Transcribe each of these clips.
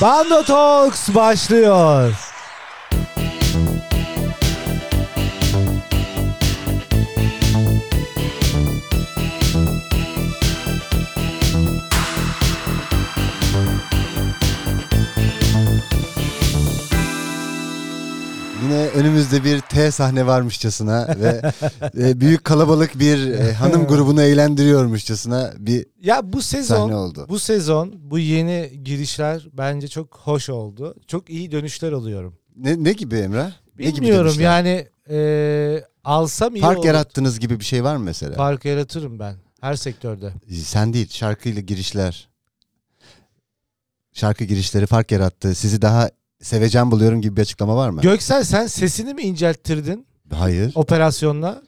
Bando Talks başlıyor. Yine önümüzde bir T sahne varmışçasına ve e, büyük kalabalık bir e, hanım grubunu eğlendiriyormuşçasına bir Ya bu sahne sezon oldu. bu sezon bu yeni girişler bence çok hoş oldu. Çok iyi dönüşler alıyorum. Ne, ne gibi Emrah? Ne gibi Bilmiyorum dönüşler? yani e, alsam iyi Park olur. yarattınız gibi bir şey var mı mesela? E, Park yaratırım ben her sektörde. Sen değil şarkıyla girişler. Şarkı girişleri fark yarattı. Sizi daha seveceğim buluyorum gibi bir açıklama var mı? Göksel sen sesini mi incelttirdin Hayır. operasyonla?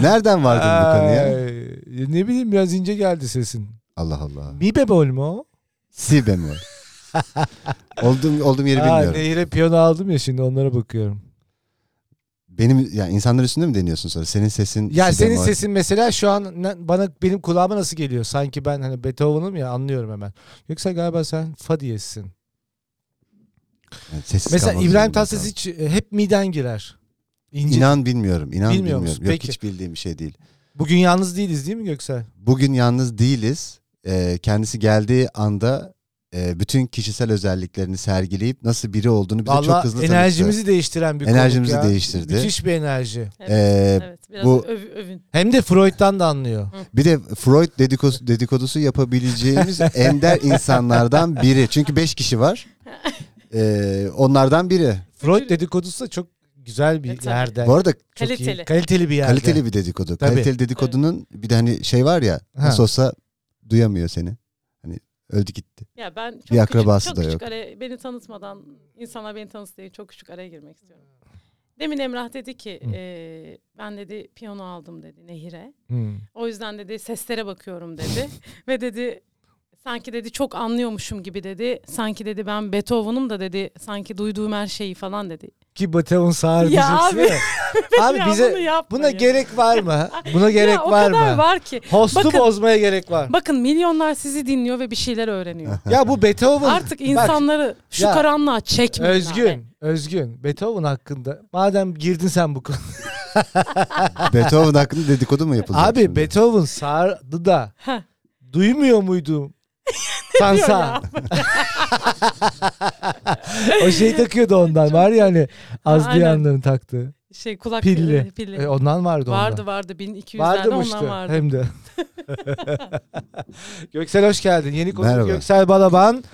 Nereden vardın bu konuya? Ay, ne bileyim biraz ince geldi sesin. Allah Allah. Mi bemol mu o? Si bemol. olduğum, olduğum yeri Aa, bilmiyorum. nehire piyano aldım ya şimdi onlara bakıyorum. Benim yani insanlar üstünde mi deniyorsun sonra? Senin sesin Ya si senin bemol. sesin mesela şu an ne- bana benim kulağıma nasıl geliyor? Sanki ben hani Beethoven'ım ya anlıyorum hemen. Yoksa galiba sen fa diyessin. Yani sessiz Mesela kalmamız İbrahim zorunda Tatlıses hiç e, hep miden girer. kaldım. İnce. İnan bilmiyorum. inan Bilmiyor bilmiyorum. musun? Yok Peki. hiç bildiğim bir şey değil. Bugün yalnız değiliz değil mi Göksel? Bugün yalnız değiliz. Ee, kendisi geldiği anda e, bütün kişisel özelliklerini sergileyip nasıl biri olduğunu bize çok Valla hızlı tanıttı. enerjimizi değiştiren bir konuk Enerjimizi ya. değiştirdi. Müthiş bir enerji. Ee, E, Evet biraz bu- öv- övün. Hem de Freud'dan da anlıyor. bir de Freud dedikodusu, dedikodusu yapabileceğimiz ender insanlardan biri. Çünkü beş kişi var. Ee, onlardan biri. Freud dedikodusu da çok güzel E, bir tabii. yerden. Bu arada Çok iyi. Kaliteli. Kaliteli bir yerde. kaliteli bir dedikodu. Tabii. Kaliteli dedikodunun bir de hani şey var ya Ha. nasıl olsa duyamıyor seni. Hani öldü gitti. Ya ben çok Bir akrabası küçük, da çok küçük yok. araya- beni tanıtmadan insanlar beni tanısın diye çok küçük araya girmek istiyorum. Demin Emrah dedi ki Hı. eee, ben dedi piyano aldım dedi Nehir'e. Hmm. O yüzden dedi seslere bakıyorum dedi. Ve dedi sanki dedi çok anlıyormuşum gibi dedi. Sanki dedi ben Beethoven'um da dedi sanki duyduğum her şeyi falan dedi. Ki Beethoven sağır Ya diyeceksin abi. ya. Abi Ya bize bunu yapma buna ya. gerek var mı? Buna Ya gerek o var kadar mı? var ki. Hostu Bakın- bozmaya gerek var. Bakın milyonlar sizi dinliyor ve bir şeyler öğreniyor. Ya bu Beethoven Artık Bak, insanları şu ya, karanlığa çekmeyin. abi. Özgün, Özgün. Beethoven hakkında madem girdin sen bu konu. Beethoven hakkında dedikodu mu yapılacak Abi şimdi? Beethoven sağırdı da Heh. duymuyor muydum? Sansa. o şey takıyordu ondan var ya hani az Aynen. duyanların taktığı. Şey kulak Pilli. e, pilli. E, ondan vardı, vardı vardı 1200'lerde onda. Vardı ondan vardı. hem de. Göksel hoş geldin. Yeni konuk Merhaba. Göksel Balaban.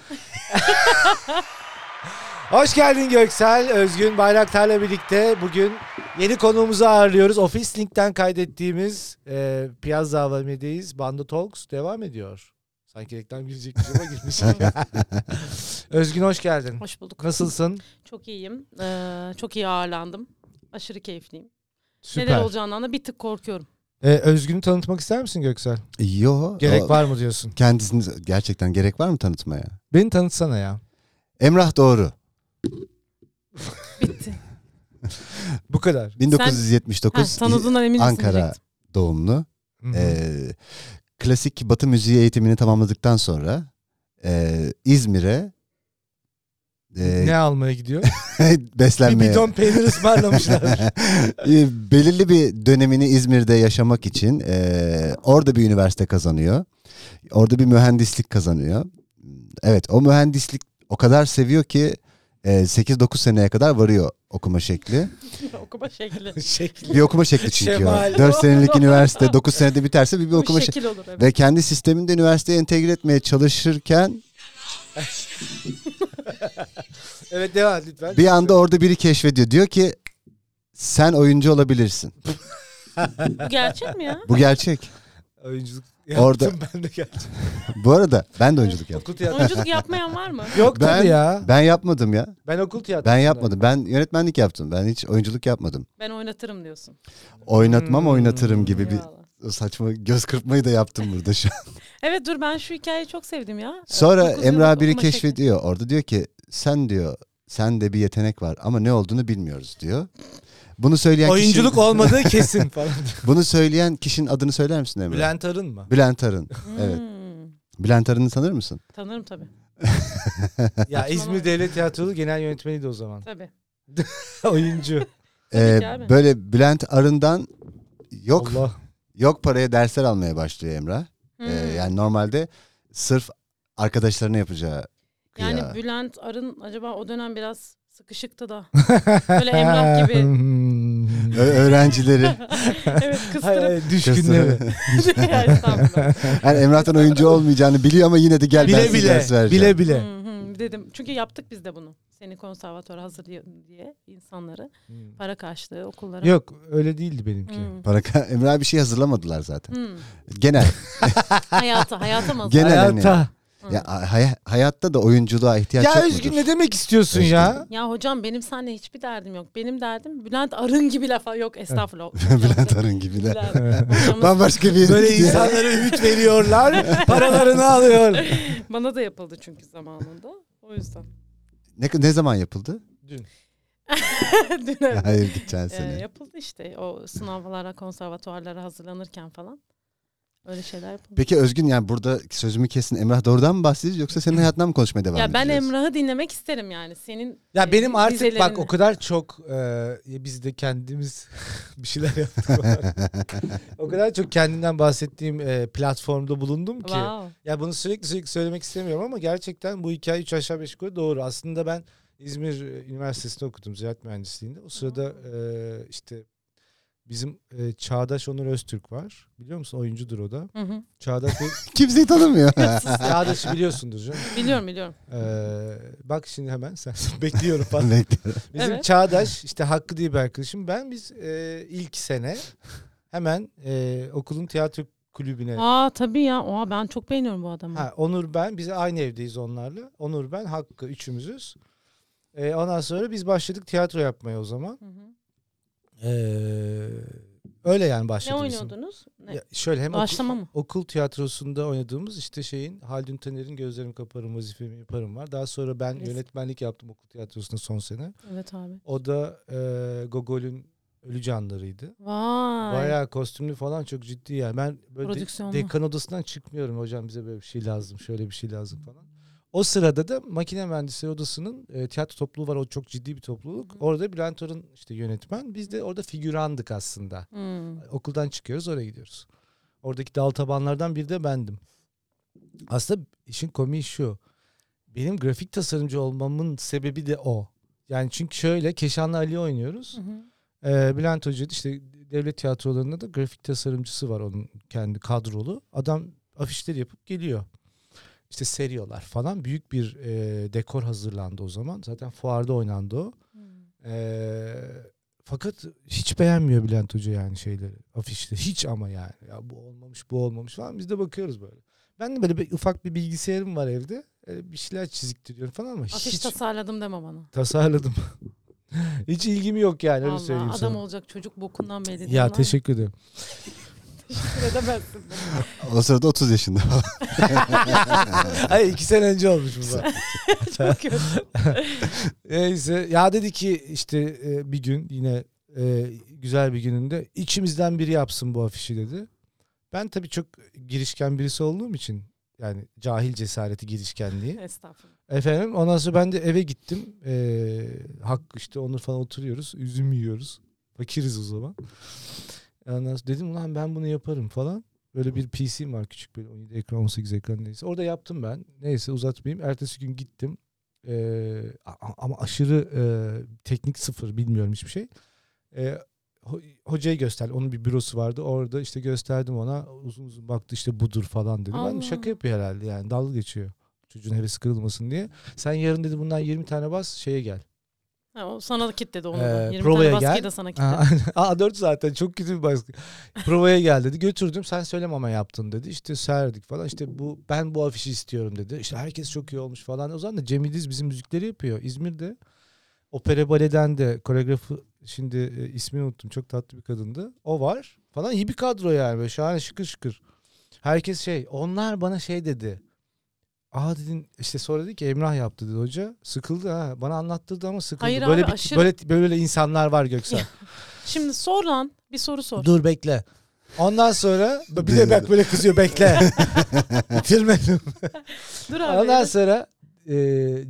hoş geldin Göksel. Özgün Bayraktar'la birlikte bugün yeni konuğumuzu ağırlıyoruz. Office Link'ten kaydettiğimiz e, Piyazza Avami'deyiz. Bando Talks devam ediyor. Sanki reklam girecek ama girmiş. Özgün hoş geldin. Hoş bulduk. Nasılsın? Çok iyiyim. Ee, çok iyi ağırlandım. Aşırı keyifliyim. Neler Süper. olacağından da bir tık korkuyorum. E, Özgün'ü tanıtmak ister misin Göksel? Yo. Gerek o- var mı diyorsun? Kendisini gerçekten gerek var mı tanıtmaya? Beni tanıtsana ya. Emrah Doğru. Bitti. Bu kadar. 1979 ha, tanıdığından emin misin Ankara diyecektim. doğumlu. Hı hı. Ee, klasik Batı müziği eğitimini tamamladıktan sonra e, İzmir'e e, ne almaya gidiyor? bir beslenmeye bidon peynir ısmarlamışlar. E, belirli bir dönemini İzmir'de yaşamak için e, orada bir üniversite kazanıyor. Orada bir mühendislik kazanıyor. Evet o mühendislik o kadar seviyor ki e, 8-9 seneye kadar varıyor okuma şekli. Okuma şekli. Şekli. Bir okuma şekli çünkü. Şemali. 4 senelik üniversite 9 senede biterse bir, bir Bu okuma şekli. şekil olur evet. Ve kendi sisteminde üniversiteye entegre etmeye çalışırken Evet devam et lütfen. bir anda orada biri keşfediyor. Diyor ki sen oyuncu olabilirsin. Bu gerçek mi ya? Bu gerçek. Oyunculuk yaptım Orada- ben de geldim. Bu arada ben de oyunculuk yaptım. Okul tiyatrosu. Oyunculuk yapmayan var mı? Yok Ben- tabii ya. Ben yapmadım ya. Ben okul tiyatrosu. Ben yapmadım. Ben yönetmenlik yaptım. Ben hiç oyunculuk yapmadım. Ben oynatırım diyorsun. Oynatmam Hmm. oynatırım gibi bir Eyvallah. saçma göz kırpmayı da yaptım burada şu an. Evet dur ben şu hikayeyi çok sevdim ya. Sonra Dokuz yıllık Emrah biri okuma şekli. keşfediyor. Orada diyor ki sen diyor sende bir yetenek var ama ne olduğunu bilmiyoruz diyor. Bunu söyleyen Oyunculuk kişinin, olmadığı kesin falan. bunu söyleyen kişinin adını söyler misin Emrah? Bülent Arın mı? Bülent Arın. Evet. Hmm. Bülent Arın'ı tanır mısın? Tanırım tabii. Ya İzmir Devlet Tiyatrosu genel yönetmeniydi o zaman. Tabii. Oyuncu. Tabii ki Ee, abi. böyle Bülent Arın'dan yok Allah. yok paraya dersler almaya başlıyor Emrah. Ee, Hmm. yani normalde sırf arkadaşlarına yapacağı Yani kıyağı. Bülent Arın acaba o dönem biraz sıkışıktı da. Böyle Emrah Ee, gibi. Ö- öğrencileri. evet kıstırıp. hmm. Hayır, düşkünleri. Yani tam böyle. Yani Emrah'tan oyuncu olmayacağını biliyor ama yine de gel ben bile size bile. ders vereceğim. Bile bile. Hı hı, Dedim. Çünkü yaptık biz de bunu. Seni konservatuvara hazırlayalım diye insanları. Para karşılığı okullara. Yok öyle değildi benimki. Hı. Para ka- Emrah bir şey hazırlamadılar zaten. Hı. Genel. Hayata, hayata mı Genel hazırlan- hani. Hayata. Hmm. Ya, hay- hayatta da oyunculuğa ihtiyaç Ya, yok mudur? Özgün ne demek istiyorsun Özgün. ya? Ya hocam benim seninle hiçbir derdim yok. Benim derdim Bülent Arın gibi lafa yok estağfurullah. Bülent Arın gibi de. Bülent, hocamız Bambaşka bir Böyle insanlara ümit veriyorlar, paralarını alıyor. bana da yapıldı çünkü zamanında. O yüzden. Ne, ne zaman yapıldı? Dün evet. Hayır geçen Ee, sene. yapıldı işte o sınavlara, konservatuvarlara hazırlanırken falan. Öyle şeyler yapıldı. Peki Özgün yani burada sözümü kesin Emrah doğrudan mı bahsedeceğiz yoksa senin hayatından mı konuşmaya devam ya ben edeceğiz? Emrah'ı dinlemek isterim yani. Senin Ya e, benim artık bak dizelerini. o kadar çok e, biz de kendimiz bir şeyler yaptık. o kadar çok kendimden bahsettiğim e, platformda bulundum ki. Wow. Ya bunu sürekli sürekli söylemek istemiyorum ama gerçekten bu hikaye 3 aşağı 5 yukarı doğru. Aslında ben İzmir e, Üniversitesi'nde okudum ziraat mühendisliğinde. O sırada e, işte bizim e, Çağdaş Onur Öztürk var. Biliyor musun? Oyuncudur o da. Hı hı. Çağdaş Bey- Kimseyi tanımıyor. Çağdaş'ı biliyorsundur canım. Biliyorum biliyorum. E, bak şimdi hemen sen bekliyorum falan. Bekliyorum. Bizim Evet. Çağdaş işte Hakkı diye bir arkadaşım. Ben biz e, ilk sene hemen e, okulun tiyatro kulübüne. Aa tabii ya. Oha ben çok beğeniyorum bu adamı. Ha, Onur ben biz aynı evdeyiz onlarla. Onur ben Hakkı üçümüzüz. E, ondan sonra biz başladık tiyatro yapmaya o zaman. Hı hı. E, öyle yani Ne başladı bizim. oynuyordunuz? Ne? Ya şöyle hem okul, Doğaçlama mı? okul tiyatrosunda oynadığımız işte şeyin Haldun Taner'in Gözlerim Kaparım Vazifemi Yaparım var. Daha sonra ben Klasik. yönetmenlik yaptım okul tiyatrosunda son sene. Evet abi. O da e, Gogol'ün Ölü Canları'ydı. Vay. Bayağı kostümlü falan çok ciddi yani. Ben böyle de- Prodüksiyonlu. dekan odasından çıkmıyorum hocam bize böyle bir şey lazım, şöyle bir şey lazım falan. O sırada da makine mühendisleri odasının e, tiyatro topluluğu var. O çok ciddi bir topluluk. Orada Bülent Orun işte yönetmen. Biz de orada figürandık aslında. Hmm. Okuldan çıkıyoruz oraya gidiyoruz. Oradaki dal tabanlardan biri de bendim. Aslında işin komiği şu. Benim grafik tasarımcı olmamın sebebi de o. Yani çünkü şöyle Keşanlı Ali oynuyoruz. Hı hı. Ee, Bülent Hoca işte devlet tiyatrolarında da grafik tasarımcısı var onun kendi kadrolu. Adam afişleri yapıp geliyor. İşte seriyorlar falan. Büyük bir e, dekor hazırlandı o zaman. Zaten fuarda oynandı o. Hmm. Ee, fakat hiç beğenmiyor Bülent Hoca yani şeyleri, afişleri. Hiç ama yani. Ya bu olmamış, bu olmamış falan. Biz de bakıyoruz böyle. Ben de böyle bir, ufak bir bilgisayarım var evde. Ee, bir şeyler çiziktiriyorum falan ama Afiş hiç tasarladım deme bana. tasarladım. hiç ilgim yok yani öyle Allah, söyleyeyim adam sana. olacak çocuk bokundan belli. değil Ya lan. teşekkür ederim. Teşekkür edemezsin. O sırada 30 yaşında. Ay iki sene önce olmuş bu. da. Çok kötü. Neyse ya dedi ki işte e, bir gün yine e, güzel bir gününde içimizden biri yapsın bu afişi dedi. Ben tabii çok girişken birisi olduğum için yani cahil cesareti girişkenliği. Estağfurullah. Efendim ondan sonra ben de eve gittim. Ee, hak işte Onur falan oturuyoruz. Üzüm yiyoruz. Fakiriz o zaman. Ondan sonra dedim ulan ben bunu yaparım falan. Böyle bir PC'm var küçük böyle 17 ekran 18 ekran neyse. Orada yaptım ben. Neyse uzatmayayım. Ertesi gün gittim. Ee, a- ama aşırı e, teknik sıfır bilmiyorum hiçbir şey. Ee, ho- hocaya göster. Onun bir bürosu vardı. Orada işte gösterdim ona. Uzun uzun baktı işte budur falan dedi. Ben de Allah. şaka yapıyor herhalde yani. Dalga geçiyor. Çocuğun hevesi kırılmasın diye. Sen yarın dedi bundan 20 tane bas şeye gel. Ha, o sana da kitledi Ee, onu da. 20 provaya tane baskıyı gel. da sana Aa, kitledi. A4 zaten çok kötü bir baskı. Provaya gel dedi. Götürdüm sen söyleme ama yaptın dedi. İşte serdik falan. İşte bu ben bu afişi istiyorum dedi. İşte herkes çok iyi olmuş falan. O zaman da Cem İdiz bizim müzikleri yapıyor. İzmir'de opera baleden de koreografı şimdi e, ismini unuttum. Çok tatlı bir kadındı. O var falan. iyi bir kadro yani. Böyle şahane şıkır şıkır. Herkes şey onlar bana şey dedi. Aa dedin işte sonra dedi ki Emrah yaptı dedi hoca. Sıkıldı ha. Bana anlattırdı ama sıkıldı. Hayır böyle abi, bir, aşırı- böyle böyle insanlar var Göksel. Şimdi sor lan. Bir soru sor. Dur bekle. Ondan sonra bir de bak böyle kızıyor bekle. Bitirmedim. Dur abi. Ondan sonra e,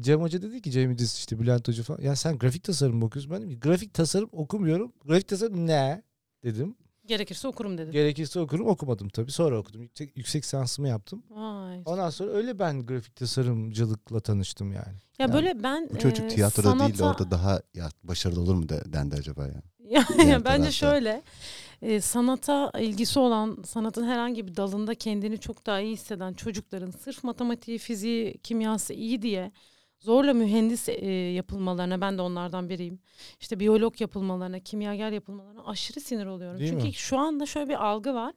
Cem Hoca dedi ki Cem İdiz işte Bülent Hoca falan. Ya sen grafik tasarım mı okuyorsun? Ben dedim ki grafik tasarım okumuyorum. Grafik tasarım ne? Dedim. Gerekirse okurum dedim. Gerekirse okurum okumadım tabii. Sonra okudum. Yüksek, yüksek sansımı yaptım. Vay. Ondan sonra öyle ben grafik tasarımcılıkla tanıştım yani. Ya böyle ben Bu çocuk e, tiyatroda değil de sanata- orada daha ya, başarılı olur mu de, dendi acaba yani. Ya, Diğer ya bence tarafta. şöyle e, sanata ilgisi olan sanatın herhangi bir dalında kendini çok daha iyi hisseden çocukların sırf matematiği, fiziği, kimyası iyi diye zorla mühendis e, yapılmalarına ben de onlardan biriyim. İşte biyolog yapılmalarına, kimyager yapılmalarına aşırı sinir oluyorum. Değil Çünkü mi? şu anda şöyle bir algı var.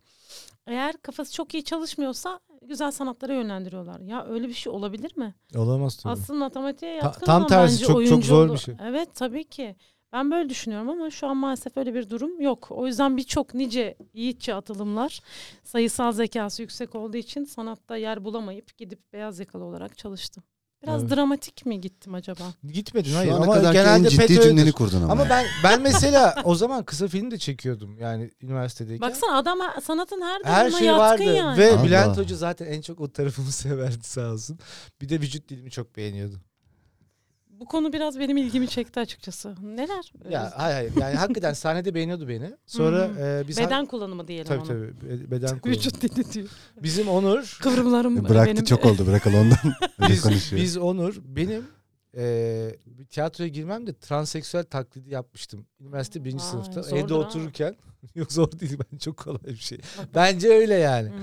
Eğer kafası çok iyi çalışmıyorsa güzel sanatlara yönlendiriyorlar. Ya öyle bir şey olabilir mi? Olamaz tabii. Asıl matematiğe Ta- yatkın tam ama tersi bence çok- çok oyuncu zor bir olur. şey. Evet tabii ki. Ben böyle düşünüyorum ama şu an maalesef öyle bir durum yok. O yüzden birçok nice yiğitçe atılımlar sayısal zekası yüksek olduğu için sanatta yer bulamayıp gidip beyaz yakalı olarak çalıştım. Biraz Evet. dramatik mi gittim acaba? Gitmedin Şu hayır ana ama kadar en genelde ciddi FETÖ'dür. cümleni kurdun ama. Ama yani. ben ben mesela o zaman kısa film de çekiyordum yani üniversitedeyken. Baksana adam ha- sanatın her dalına Her şey yatkın vardı yani. ve Allah. Bülent Hoca zaten en çok o tarafımı severdi sağ olsun. Bir de vücut dilimi çok beğeniyordu. Bu konu biraz benim ilgimi çekti açıkçası. Neler? Ya hayır hayır yani hakikaten sahnede beğeniyordu beni. Sonra e, biz Hmm. Beden kullanımı diyelim tabii ona. tabii be- beden kullanımı. Vücut dili diyor. Bizim Onur E, Kıvrımlarım Bıraktı benim. çok oldu bırakalım ondan. Öyle biz, konuşuyor. biz Onur benim e, bir tiyatroya girmem de transseksüel taklidi yapmıştım. Üniversite birinci Vay, sınıfta zordur evde ha. otururken. Yok zor değil ben çok kolay bir şey. Bence öyle yani. Hmm.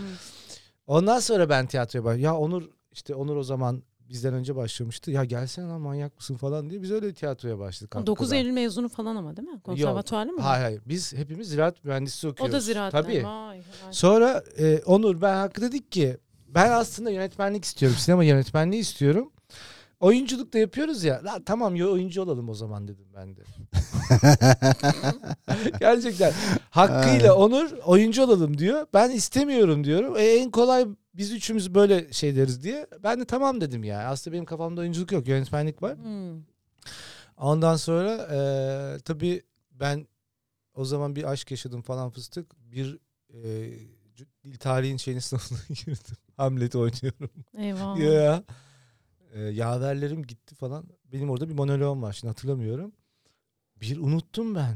Ondan sonra ben tiyatroya baş... Ya Onur işte Onur o zaman bizden önce başlamıştı. Ya gelsene lan manyak mısın falan diye biz öyle tiyatroya başladık. hakikaten. 9 Eylül mezunu falan ama değil mi? Konservatuarlı mı? Hayır hayır. Biz hepimiz ziraat mühendisliği O okuyoruz. da ziraatten. Tabii. Vay, vay. Sonra e, Onur ben Hakkı dedik ki ben aslında yönetmenlik istiyorum. Sinema yönetmenliği istiyorum. Oyunculuk da yapıyoruz ya. La, tamam ya oyuncu olalım o zaman dedim ben de. Gerçekten. Hakkıyla Onur oyuncu olalım diyor. Ben istemiyorum diyorum. E, en kolay biz üçümüz böyle şey deriz diye. Ben de tamam dedim yani. Aslında benim kafamda oyunculuk yok. Yönetmenlik var. Hmm. Ondan sonra eee tabii ben o zaman bir aşk yaşadım falan fıstık. Bir eee, c- dil tarihin şeyini sınavına girdim. Hamlet oynuyorum. Eyvah. ya. Eee, yaverlerim gitti falan. Benim orada bir monoloğum var şimdi hatırlamıyorum. Bir unuttum ben.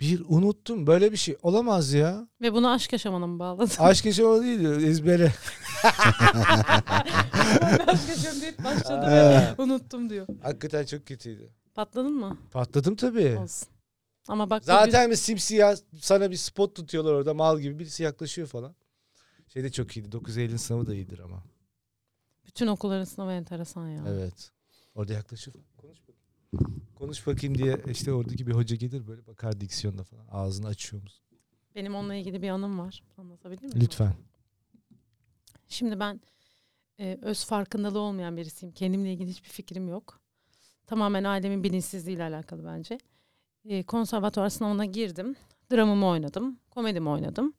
Bir unuttum. Böyle bir şey olamaz ya. Ve bunu aşk yaşamana mı bağladın? Aşk yaşamalı değil ezbere. aşk yaşam deyip başladı Ee. ve unuttum diyor. Hakikaten çok kötüydü. Patladın mı? Patladım tabii. Olsun. Ama bak Zaten... Zaten bir simsiyah sana bir spot tutuyorlar orada mal gibi birisi yaklaşıyor falan. Şey de çok iyiydi. 9 Eylül sınavı da iyidir ama. bütün okulların sınavı enteresan ya. Evet. Orada yaklaşıyor. Konuş bakayım. Konuş bakayım diye işte oradaki bir hoca gelir böyle bakar diksiyonda falan. Ağzını açıyor musun? Benim onunla ilgili bir anım var. Anlatabilir miyim? Lütfen. Şimdi ben e, öz farkındalığı olmayan birisiyim. Kendimle ilgili hiçbir fikrim yok. Tamamen ailemin bilinçsizliğiyle alakalı bence. E, konservatuvar sınavına girdim. Dramımı oynadım. Komedimi oynadım.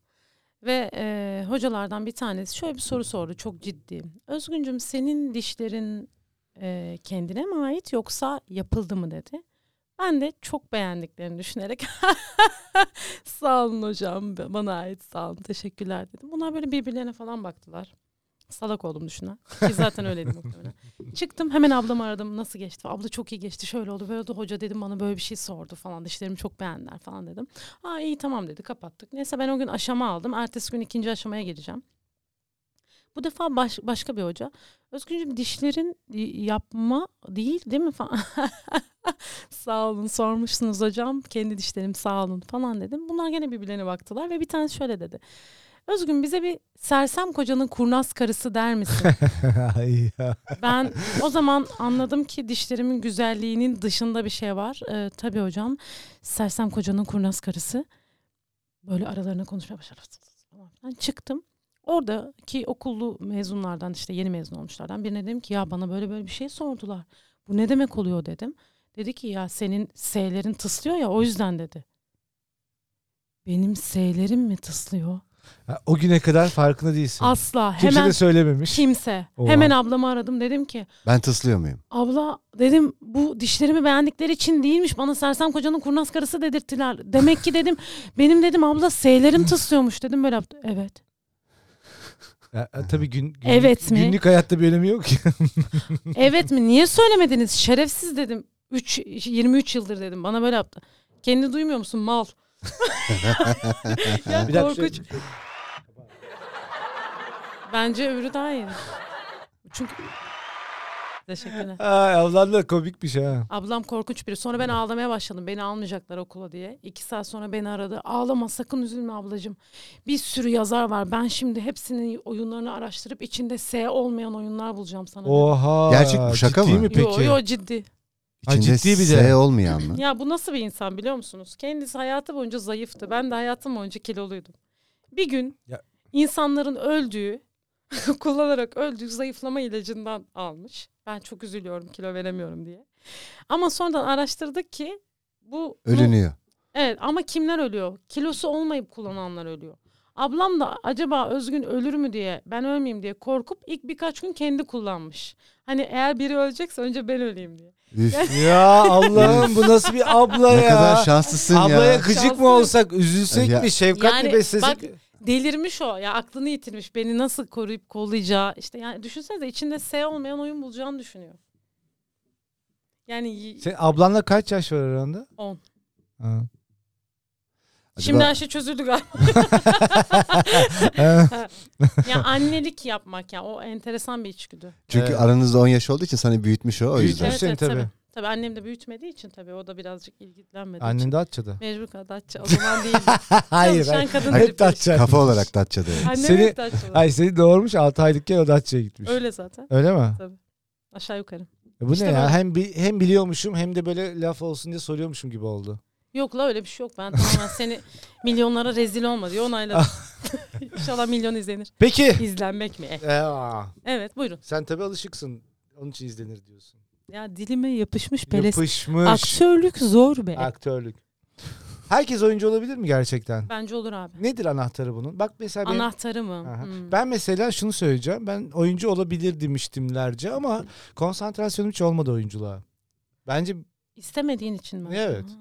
Ve e, hocalardan bir tanesi şöyle bir soru sordu. Çok ciddi. Özgüncüm senin dişlerin e, kendine mi ait yoksa yapıldı mı dedi. Ben de çok beğendiklerini düşünerek sağ olun hocam bana ait sağ olun teşekkürler dedim. Bunlar böyle birbirlerine falan baktılar. Salak oldum düşünen. Ki zaten öyleydi muhtemelen. Çıktım hemen ablamı aradım nasıl geçti. Abla çok iyi geçti şöyle oldu böyle oldu. Hoca dedim bana böyle bir şey sordu falan. Dişlerimi çok beğendiler falan dedim. Aa iyi tamam dedi kapattık. Neyse ben o gün aşama aldım. Ertesi gün ikinci aşamaya gireceğim. Bu defa baş- başka bir hoca. Özgüncüm dişlerin y- yapma değil değil mi falan. sağ olun sormuşsunuz hocam. Kendi dişlerim sağ olun falan dedim. Bunlar gene birbirlerine baktılar ve bir tanesi şöyle dedi. Özgün bize bir sersem kocanın kurnaz karısı der misin? Ay ya. Ben o zaman anladım ki dişlerimin güzelliğinin dışında bir şey var. Ee, tabii hocam. Sersem kocanın kurnaz karısı. Böyle aralarına konuşmaya başladı. Falan filan. çıktım. Oradaki okullu mezunlardan işte yeni mezun olmuşlardan birine dedim ki ya bana böyle böyle bir şey sordular. Bu ne demek oluyor dedim. Dedi ki ya senin S'lerin tıslıyor ya o yüzden dedi. Benim S'lerim mi tıslıyor? Ha, O güne kadar farkında değilsin. Asla. Kimse hemen Şey, de söylememiş. kimse. Oha. Hemen ablamı aradım. Dedim ki Ben tıslıyor muyum? abla dedim bu dişlerimi beğendikleri için değilmiş. Bana Sersem Koca'nın kurnaz karısı dedirttiler. Demek ki dedim benim dedim abla S'lerim tıslıyormuş dedim böyle yaptı. Evet. Ya, e, tabii gün, günlük, Evet mi? günlük hayatta bir önemi yok ki. Evet mi? Niye söylemediniz? Şerefsiz dedim. 3 23 yıldır dedim. Bana böyle yaptı. Kendini duymuyor musun mal? ya Bir dakika, şey- şey- korkunç. Bence öbürü daha iyi. Çünkü Teşekkürler. Ay, ablan da komikmiş ha. Ablam korkunç biri. Sonra ben ağlamaya başladım. Beni almayacaklar okula diye. İki saat sonra beni aradı. Ağlama sakın üzülme ablacığım. Bir sürü yazar var. Ben şimdi hepsinin oyunlarını araştırıp içinde S olmayan oyunlar bulacağım sana. dedi. Oha. Gerçek bu, şaka ciddi mı? mi peki? Yo, yo ciddi. Ha, İçinde ciddi bir de. S olmayan mı? Ya bu nasıl bir insan biliyor musunuz? Kendisi hayatı boyunca zayıftı. Ben de hayatım boyunca kiloluydum. Bir gün Ya- insanların öldüğü, kullanarak öldüğü zayıflama ilacından almış. Ben çok üzülüyorum kilo veremiyorum diye. Ama sonradan araştırdık ki bu Ölünüyor. Evet ama kimler ölüyor? Kilosu olmayıp kullananlar ölüyor. Ablam da acaba Özgün ölür mü diye ben ölmeyeyim diye korkup ilk birkaç gün kendi kullanmış. Hani eğer biri ölecekse önce ben öleyim diye. Üf, Ya Allah'ım bu nasıl bir abla ya. ne kadar şanslısın Ablaya ya. gıcık Şanslı. mı olsak, üzülsek Ya- mi, şefkat Yani mi beslesek? bak- delirmiş o. Ya aklını yitirmiş. Beni nasıl koruyup kollayacağı. işte yani düşünsenize içinde S olmayan oyun bulacağını düşünüyor. Yani y- Senin ablanla kaç yaş var aranda? On. Ha. şimdi Acaba- her şey çözüldü galiba. ya annelik yapmak ya o enteresan bir içgüdü. Çünkü Evet. aranızda 10 yaş olduğu için sana büyütmüş o. o Büyütmüş. yüzden. Evet, seni tabii. tabii. Tabii annem de büyütmediği için tabii o da birazcık ilgilenmediği Annen için. de Datça'da. Mecbur kaldı Datça. O zaman değil. hayır. Çalışan hayır. kadın Hep herif. Datça. Kafa olarak Datça'da. yani. Annem Seni- hep Datça'da. Hayır seni doğurmuş 6 aylıkken o Datça'ya gitmiş. Öyle, Öyle zaten. mi? Aşağı yukarı. E bu İşte ne ya? böyle. Hem bi- hem biliyormuşum hem de böyle laf olsun diye soruyormuşum gibi oldu. Yok la öyle bir şey yok. Ben tamamen seni milyonlara rezil olma diye onayladım. İnşallah milyon izlenir. Peki. İzlenmek mi? Eh. Ee, aa, Evet buyurun. sen tabii alışıksın. Onun için izlenir diyorsun. Ya dilime yapışmış peles. Yapışmış. Aktörlük zor be. Aktörlük. Herkes oyuncu olabilir mi gerçekten? Bence olur abi. Nedir anahtarı bunun? Bak mesela benim- Anahtarı mı? Aha. Hmm. Ben mesela şunu söyleyeceğim. Ben oyuncu olabilir demiştimlerce ama konsantrasyonum hiç olmadı oyunculuğa. Bence İstemediğin için mi? Evet. Ha.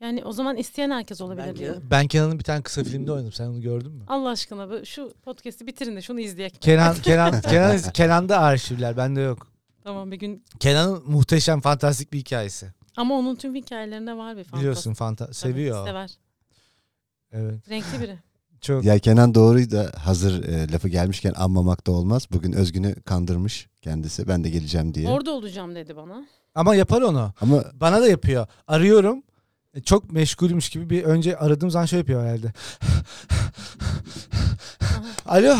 Yani o zaman isteyen herkes olabilir. diyorum. ben Kenan'ın bir tane kısa filmde oynadım. Sen onu gördün mü? Allah aşkına bu- şu podcast'i bitirin de şunu izleyek. Kenan Kenan Kenan Kenan'da arşivler bende yok. Tamam bir gün. Kenan'ın muhteşem fantastik bir hikayesi. Ama onun tüm hikayelerinde var bir fantastik. Biliyorsun fanta Tabii, seviyor. Sever. Evet. Renkli biri. Çok Ya Kenan Doğru'yu da hazır e, lafı gelmişken anmamak da olmaz. Bugün Özgün'ü kandırmış kendisi. Ben de geleceğim diye. Orada olacağım dedi bana. ama yapar onu. Ama Bana da yapıyor. Arıyorum. E, Çok meşgulmüş gibi bir önce aradığım zaman şöyle yapıyor herhalde. Alo.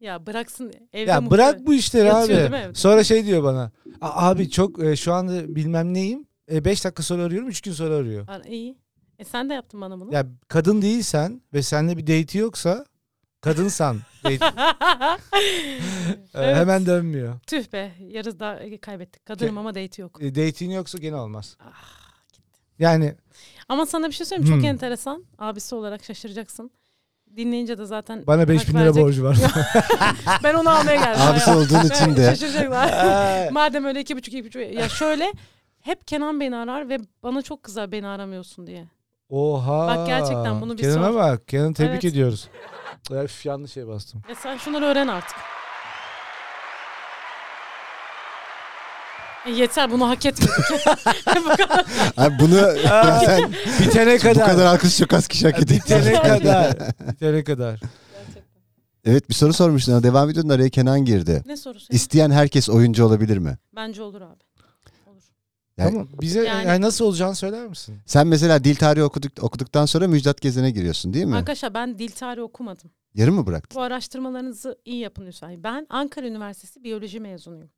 Ya bıraksın evde Ya muhte- bırak bu işleri Yatıyor abi. değil mi evde? Sonra şey diyor bana. "A- Abi çok e, şu anda bilmem neyim. 5 dakika sonra arıyorum 3 gün sonra arıyor. Aa, İyi. E sen de yaptın bana bunu. Ya kadın değilsen ve seninle bir date yoksa kadınsan date- e, Evet. hemen dönmüyor. Tüh be yarız da kaybettik. Kadınım ama date yok. E, date'in yoksa gene olmaz. Ah, Yani Ama sana bir şey söyleyeyim mi? Hmm. çok enteresan. Abisi olarak şaşıracaksın. Dinleyince de zaten bana hak 5000 lira verecek. borcu var. Ben onu almaya geldim. Abisi Hayır. olduğun için de. Şaşıracaklar. Ee, Madem öyle iki buçuk iki buçuk. Ya şöyle hep Kenan beni arar ve bana çok kızar beni aramıyorsun diye. Oha. Bak gerçekten bunu bir Kenan'a sor. bak. Kenan'ı tebrik Evet. ediyoruz. Öf, yanlış şey bastım. Ya E, sen şunları öğren artık. E yeter bunu hak etmedik. Bu kadar. abi bunu sen Bitene bu kadar. kadar alkış çok az kişi hak ediyor. Bitene kadar. Bitene kadar. Evet bir soru sormuştun. ama Devam ediyordun araya Kenan girdi. ne sorusu? ya? İsteyen herkes oyuncu olabilir mi? Bence olur abi. Olur. Yani- Tamam. Bize Yani- yani nasıl olacağını söyler misin? Sen mesela dil tarihi okuduk, okuduktan sonra Müjdat Gezen'e giriyorsun değil mi? Arkadaşlar ben dil tarihi okumadım. Yarım mı bıraktın? Bu araştırmalarınızı iyi yapın lütfen. Ben Ankara Üniversitesi biyoloji mezunuyum.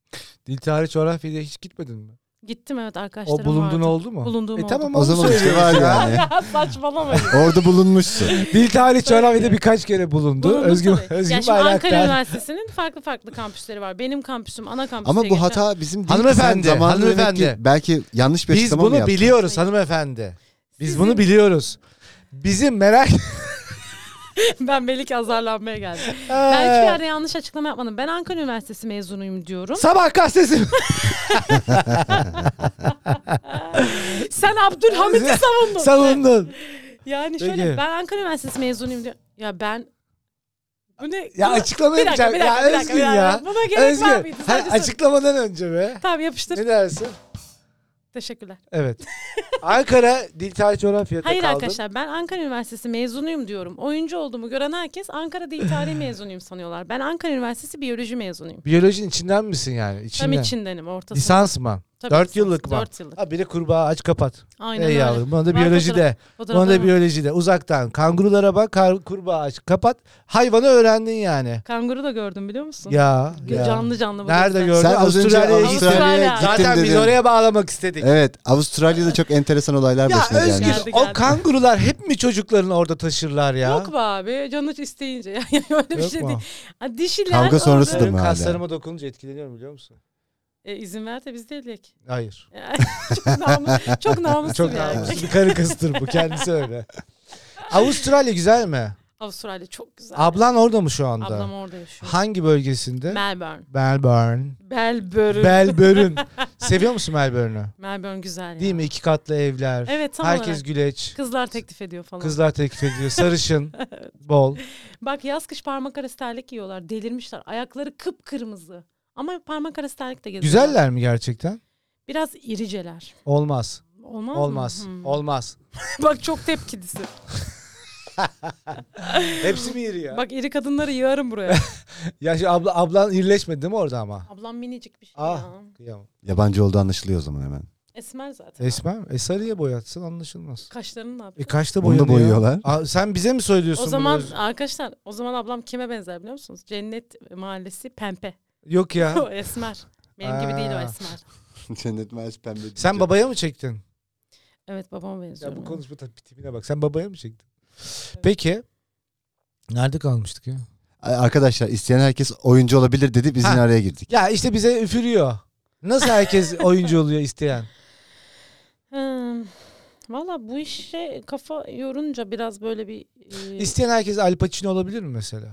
Dil tarih coğrafya diye hiç gitmedin mi? Gittim evet arkadaşlarım O bulunduğun vardı. oldu mu? Bulunduğum e oldu. tamam O zaman işte var yani. Ya saçmalamayın. Orada bulunmuşsun. Dil tarih coğrafyada birkaç kere bulundu. Bulundum Özgün, tabii. Özgün ya şimdi Ankara Bayraktar. Üniversitesi'nin farklı farklı kampüsleri var. Benim kampüsüm ana kampüs. Ama diye bu geçen- hata bizim değil. Hanımefendi, Sen zamanında demek ki hanımefendi. Belki yanlış bir Biz açıklama mı bunu yaptın? biliyoruz hanımefendi. Biz Sizin- bunu biliyoruz. Bizim merak ben belli ki azarlanmaya geldim. ben Ee, hiçbir yerde yanlış açıklama yapmadım. Ben Ankara Üniversitesi mezunuyum diyorum. Sabah gazetesi. Sen Abdülhamit'i savundun. Savundun. Yani şöyle Peki. ben Ankara Üniversitesi mezunuyum diyor. Ya ben bu ne? Ya Bu- açıklama bir dakika, yapacağım. Ya bir dakika, bir dakika, Özgün bir dakika. ya. Buna gerek var Özgün. mıydı? Ha, Sadece sor- açıklamadan önce be. Tamam yapıştır. Ne dersin? Teşekkürler. Evet. Ankara Dil Tarih Coğrafya'da Hayır kaldın. arkadaşlar ben Ankara Üniversitesi mezunuyum diyorum. Oyuncu olduğumu gören herkes Ankara Dil Tarihi mezunuyum sanıyorlar. Ben Ankara Üniversitesi Biyoloji mezunuyum. Biyolojinin içinden misin yani? İçinden. Tam içindenim ortasında. Lisans mı? Tabii Dört lisans, yıllık mı? Dört yıllık. Ha, biri kurbağa aç kapat. Aynen Ey öyle. yavrum. Bana da Var biyolojide. Bana Fotoğraflarım da var. biyolojide. Uzaktan. Kangurulara bak. kar- kurbağa aç kapat. Hayvanı öğrendin yani. Kanguru da gördüm biliyor musun? Ya. ya. Canlı canlı. bu Nerede gösteren. gördün? Sen az önce Avustralya'ya Avustralya'ya, gittin. Avustralya. gittim Zaten biz dedin. oraya bağlamak istedik. Evet Avustralya'da çok enteresan olaylar Ya başına Özgür gelmiş. Geldi, o geldi. kangurular hep mi çocuklarını orada taşırlar ya? Yok be abi. Canı isteyince. Yani öyle bir Yok şey mu? değil. Ha, dişiler Kavga orada- sonrasıdır Benim mı hala? kaslarıma dokununca etkileniyorum biliyor musun? E, izin ver de biz delik. Hayır. çok namus, çok namuslu Çok bir erkek. namuslu bir karı kızdır bu kendisi öyle. Avustralya güzel mi? Avustralya çok güzel. Ablan orada mı şu anda? Ablam orada yaşıyor. Hangi bölgesinde? Melbourne. Melbourne. Melbourne. Melbourne. Seviyor musun Melbourne'ü? Melbourne güzel ya. Değil mi? İki katlı evler. Evet tam Herkes olarak. güleç. Kızlar teklif ediyor falan. Kızlar teklif ediyor. Sarışın. Bol. Bak yaz kış parmak arası terlik yiyorlar. Delirmişler. Ayakları kıpkırmızı. Ama parmak arası terlik de geziyorlar. Güzeller mi gerçekten? Biraz iriceler. Olmaz. Olmaz mı? Olmaz. Hmm. Olmaz. Bak çok tepkilisi. Hepsi mi iri ya? Bak iri kadınları yığarım buraya. Ya şu abla, ablan iyileşmedi değil mi orada ama? Ablam minicik bir şey Ah. ya. Kıyamam. Yabancı olduğu anlaşılıyor o zaman hemen. Esmer zaten. Esmer. E sarıya boyatsın anlaşılmaz. Kaşlarını ne yapıyor? E kaçta Bunu da boyanıyor? boyuyorlar. Aa, sen bize mi söylüyorsun O zaman bunu? arkadaşlar o zaman ablam kime benzer biliyor musunuz? Cennet Mahallesi pembe. Yok ya. O esmer. Benim gibi değil o Aa. esmer. Cennet Mahallesi pembe. Sen babaya mı çektin? Evet babama benziyorum. Ya bu konuşma tabii tipine bak. Sen babaya mı çektin? Peki. Nerede kalmıştık ya? Arkadaşlar isteyen herkes oyuncu olabilir dedi biz Ha. yine araya girdik. Ya işte bize üfürüyor. Nasıl herkes oyuncu oluyor isteyen? Hmm. Valla bu işe kafa yorunca biraz böyle bir... e, İsteyen herkes Al Pacino olabilir mi mesela?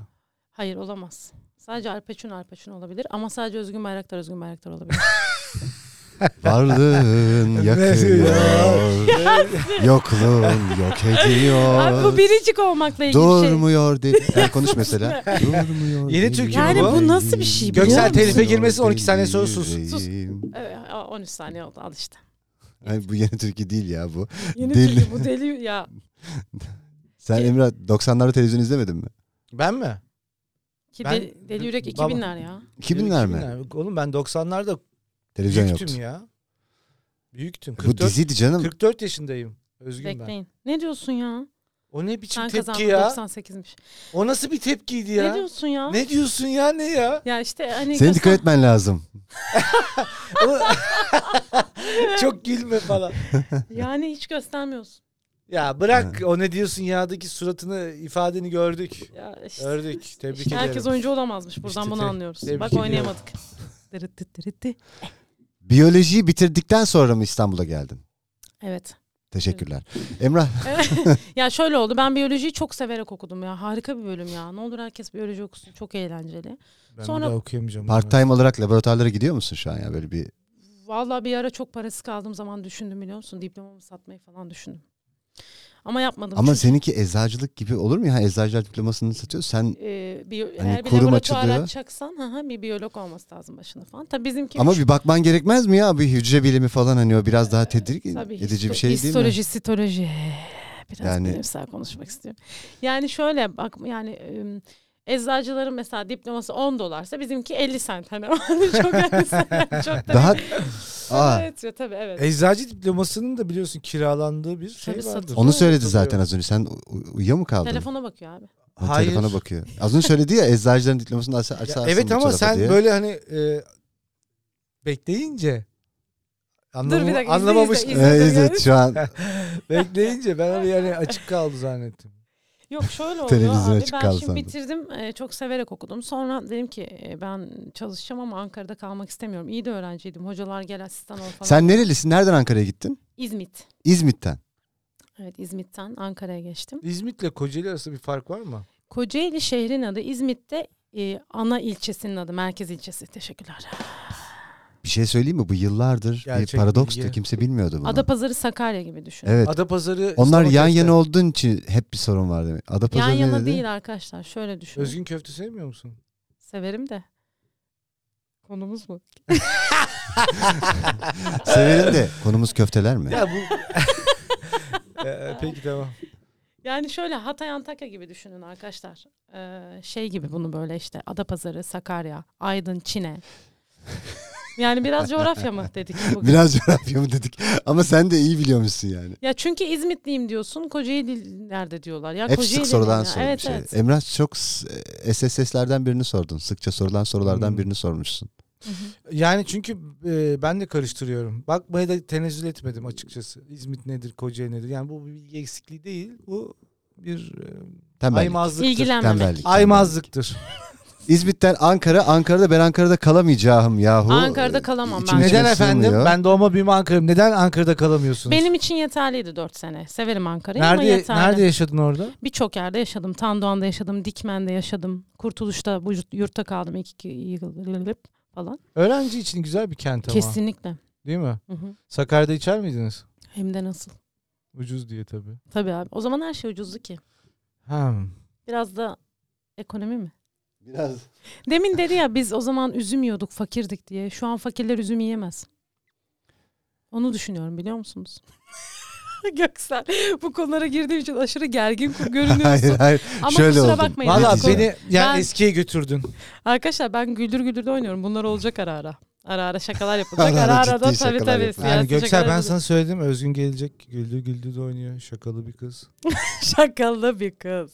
hayır olamaz. Sadece Arpaçun Arpaçun olabilir ama sadece Özgün Bayraktar Özgün Bayraktar olabilir. Varlığın yakıyor. yokluğun yok Abi bu ediyor. biricik olmakla ilgili bir şey. Durmuyor dedi. Yani konuş mesela. Durmuyor. Yeni dedi. türkü Yani bu. bu nasıl bir şey biliyor Göksel musun? telife Durmuyor girmesin, 12 saniye sonra sus. yüreğim. Sus. Evet, a- 13 saniye oldu al işte. Ay, bu yeni türkü değil ya bu. Yeni Deli. deli. bu deli ya. Sen Emrah 90'larda televizyon izlemedin mi? Ben mi? Ki Ben- deli, deli yürek Baba. 2000'ler ya. 2000'ler mi? Oğlum ben 90'larda Televizyon yoktu. büyüktüm ya. Büyüktüm. Bu 44, diziydi canım. 44 yaşındayım. Özgün ben. Bekleyin. Ne diyorsun ya? O ne biçim Sen tepki kazandın ya? 98'miş. O nasıl bir tepkiydi ya? Ne diyorsun ya? Ne diyorsun ya ne ya? Ya işte hani Senin Göksel- dikkat etmen lazım. O- Çok gülme falan. yani hiç göstermiyorsun. Ya bırak o ne diyorsun ya'daki suratını ifadeni gördük. Ya işte. Gördük. Tebrik İşte ederim. herkes oyuncu olamazmış. Buradan İşte bunu te- anlıyoruz. tebrik Bak ediyorum. oynayamadık. Dırı tı tırı tı. Biyolojiyi bitirdikten sonra mı İstanbul'a geldin? Evet. Teşekkürler. Emrah ya şöyle oldu. Ben biyolojiyi çok severek okudum ya. Harika bir bölüm ya. Ne olur herkes biyoloji okusun. Çok eğlenceli. Ben Sonra- bir daha okuyamayacağım. part time olarak laboratuvarlara gidiyor musun şu an ya böyle bir Vallahi bir ara çok parası kaldığım zaman düşündüm biliyor musun? Diplomamı satmayı falan düşündüm. Ama yapmadım. ama Çünkü, seninki eczacılık gibi olur mu ya? Hani Eczacılar diplomasını satıyor. Sen e, biyo- Hani eğer bir kurum laboratuvar açılıyor. açacaksan ha, ha, bir biyolog olması lazım başına falan. Tabii bizimki ama üç- bir bakman gerekmez mi ya? Bir hücre bilimi falan hani o biraz daha tedirlik Tabii edici bir histo- şey değil mi? histoloji, sitoloji. Biraz Yani- bilimsel konuşmak istiyorum. Yani şöyle bak yani ım, eczacıların mesela diploması 10 dolarsa bizimki 50 sent. Hani çok hani sen- çok da Daha Aa, evet ya tabii evet. Eczacı diplomasının da biliyorsun kiralandığı bir şey Tabii vardır. satılıyor. onu söyledi Tabii. zaten az önce. Sen u- u- uyuyor mu kaldın? Telefona bakıyor abi. Ha, Hayır. Telefona bakıyor. Az önce söyledi ya eczacıların diplomasını açsa Ya açarsın bu evet ama tarafa sen diye. böyle hani e, bekleyince anlamam- Dur bir dakika, izle, anlamamış izle, gibi. izle. Evet, evet, şu an bekleyince ben hani yani açık kaldı zannettim. Yok şöyle oldu Televizyon abi açık ben kaldı şimdi sandım. bitirdim e, çok severek okudum. Sonra dedim ki e, ben çalışacağım ama Ankara'da kalmak istemiyorum. İyi de öğrenciydim. Hocalar gel asistan ol falan. sen nerelisin? Nereden Ankara'ya gittin? İzmit. İzmit'ten. Evet İzmit'ten Ankara'ya geçtim. İzmit'le Kocaeli arasında bir fark var mı? Kocaeli şehrin adı İzmit'te e, ana ilçesinin adı merkez ilçesi. Teşekkürler. Bir şey söyleyeyim mi? Bu yıllardır bir Gerçek paradokstu. bilgi. Kimse bilmiyordu bunu. Adapazarı Sakarya gibi düşün. Evet. Adapazarı Onlar İstanbul yan Köfte. yana olduğun için hep bir sorun var demek. Yan Adapazarı ne yana dedi? değil arkadaşlar. Şöyle düşünün. Özgün köfte sevmiyor musun? Severim de. Konumuz mu? Severim de konumuz köfteler mi? Ya bu Ee, peki tamam. Yani şöyle Hatay Antakya gibi düşünün arkadaşlar. Ee, şey gibi bunu böyle işte Adapazarı, Sakarya, Aydın, Çin'e. Yani biraz coğrafya mı dedik bugün? Biraz coğrafya mı dedik. Ama sen de iyi biliyormuşsun yani. Ya çünkü İzmitliyim diyorsun, Kocaeli nerede diyorlar. Ya Hep Kocaeli sık sorulan mi? soru bir Evet, şey. evet. Emrah çok s- SSS'lerden birini sordun. Sıkça sorulan sorulardan Hmm. birini sormuşsun. Yani çünkü e, ben de karıştırıyorum. Bakmaya da tenezzül etmedim açıkçası. İzmit nedir, Kocaeli nedir? Yani bu bir bilgi eksikliği değil. Bu bir e, Tembellik. aymazlıktır. İlgilenmemek. Tembellik. Aymazlıktır. İzmit'ten Ankara. Ankara'da ben Ankara'da kalamayacağım yahu. Ankara'da kalamam İçim ben. içime Neden efendim? sığmıyor. Ben doğma büyüme Ankara'yım. Neden Ankara'da kalamıyorsunuz? Benim için yeterliydi 4 sene. Severim Ankara'yı ama nerede yeterli. nerede yaşadın orada? Birçok yerde yaşadım. Tandoğan'da yaşadım, Dikmen'de yaşadım. Kurtuluş'ta bu yurt- yurtta kaldım iki, iki yıl falan. Öğrenci için güzel bir kent ama. Kesinlikle. Değil mi? Hı hı. Sakarya'da içer miydiniz? Hem de nasıl? Ucuz diye tabii. Hmm. Tabii abi. O zaman her şey ucuzdu ki. Hem. Biraz da ekonomi mi? Biraz Demin dedi ya biz o zaman üzüm yiyorduk, fakirdik diye. Şu an fakirler üzüm yiyemez. Onu düşünüyorum biliyor musunuz? Göksel bu konulara girdiğim için aşırı gergin görünüyorsun. hayır hayır. Ama şöyle kusura oldu. bakmayın. Valla diyeceğim? beni yani Ben- eskiye götürdün. Arkadaşlar ben güldür güldür de oynuyorum. Bunlar olacak ara ara. Ara ara şakalar yapılacak. Ara ara ara ara, ciddi da tabii şakalar tabii. yapılacak. siyasi Yani Göksel şakalar ben yapılacak. sana söyledim. Özgün gelecek. Güldü güldü de oynuyor. Şakalı bir kız. Şakalı bir kız.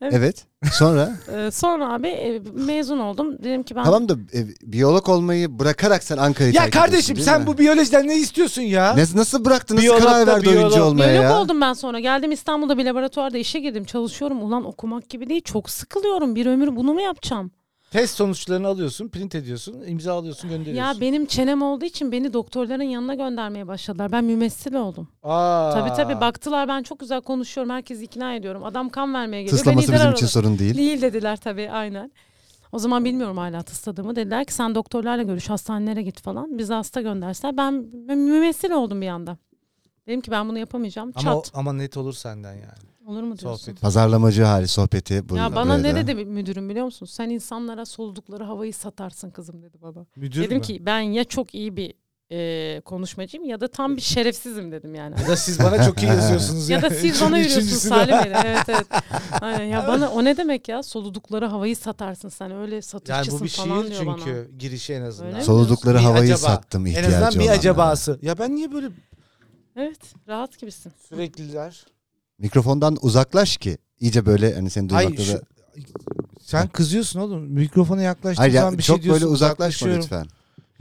Evet. Sonra Ee, sonra abi e, mezun oldum. Dedim ki ben tamam da e, biyolog olmayı bırakarak sen Ankara'yı Ya terk ediyorsun, kardeşim değil sen mi? bu biyolojiden ne istiyorsun ya? Ne, nasıl bıraktın? Nasıl Biyolog karar da verdi oyuncu biyolog. olmaya Biyolog ya? oldum ben sonra. Geldim İstanbul'da bir laboratuvarda işe girdim. Çalışıyorum. Ulan okumak gibi değil. Çok sıkılıyorum. Bir ömür bunu mu yapacağım? Test sonuçlarını alıyorsun, print ediyorsun, imza alıyorsun, gönderiyorsun. Ya benim çenem olduğu için beni doktorların yanına göndermeye başladılar. Ben mümessil oldum. Aa. Tabii tabii baktılar ben çok güzel konuşuyorum. Herkesi ikna ediyorum. Adam kan vermeye geliyor. Beni Sıslaması idrar bizim aradı. için sorun değil. Değil dediler tabii aynen. O zaman bilmiyorum hala tısladığımı. Dediler ki sen doktorlarla görüş, hastanelere git falan. Bizi hasta göndersen Ben ben mümessil oldum bir anda. Dedim ki ben bunu yapamayacağım. Ama, Çat. ama net olur senden yani. Olur mu diyorsun? Sohbet. Pazarlamacı hali sohbeti. bunun Ya bana ne böyle. dedi müdürüm biliyor musun? Sen insanlara soldukları havayı satarsın kızım dedi baba. Müdür dedim mü? ki ben ya çok iyi bir e, konuşmacıyım ya da tam bir şerefsizim dedim yani. Ya da siz bana çok iyi yazıyorsunuz. ya da yani. siz bana yürüyorsunuz Üçüncüsü de- Salim Bey. Evet evet. Aynen. Ya bana o ne demek ya? Soludukları havayı satarsın sen öyle Yani satışçısın bu bir falan şiir diyor çünkü bana. girişi en azından. Öyle mi? Soludukları Bir havayı acaba. sattım En ihtiyacı azından bir olanlara. acabası. Ya ben niye böyle Evet rahat gibisin. sürekliler? Mikrofondan uzaklaş ki. iyice böyle hani seni Ay duymakta da. şu- sen kızıyorsun oğlum. Mikrofona yaklaştığın Hayır ya, zaman bir çok şey diyorsun. böyle uzaklaşma uzaklaşıyorum. lütfen.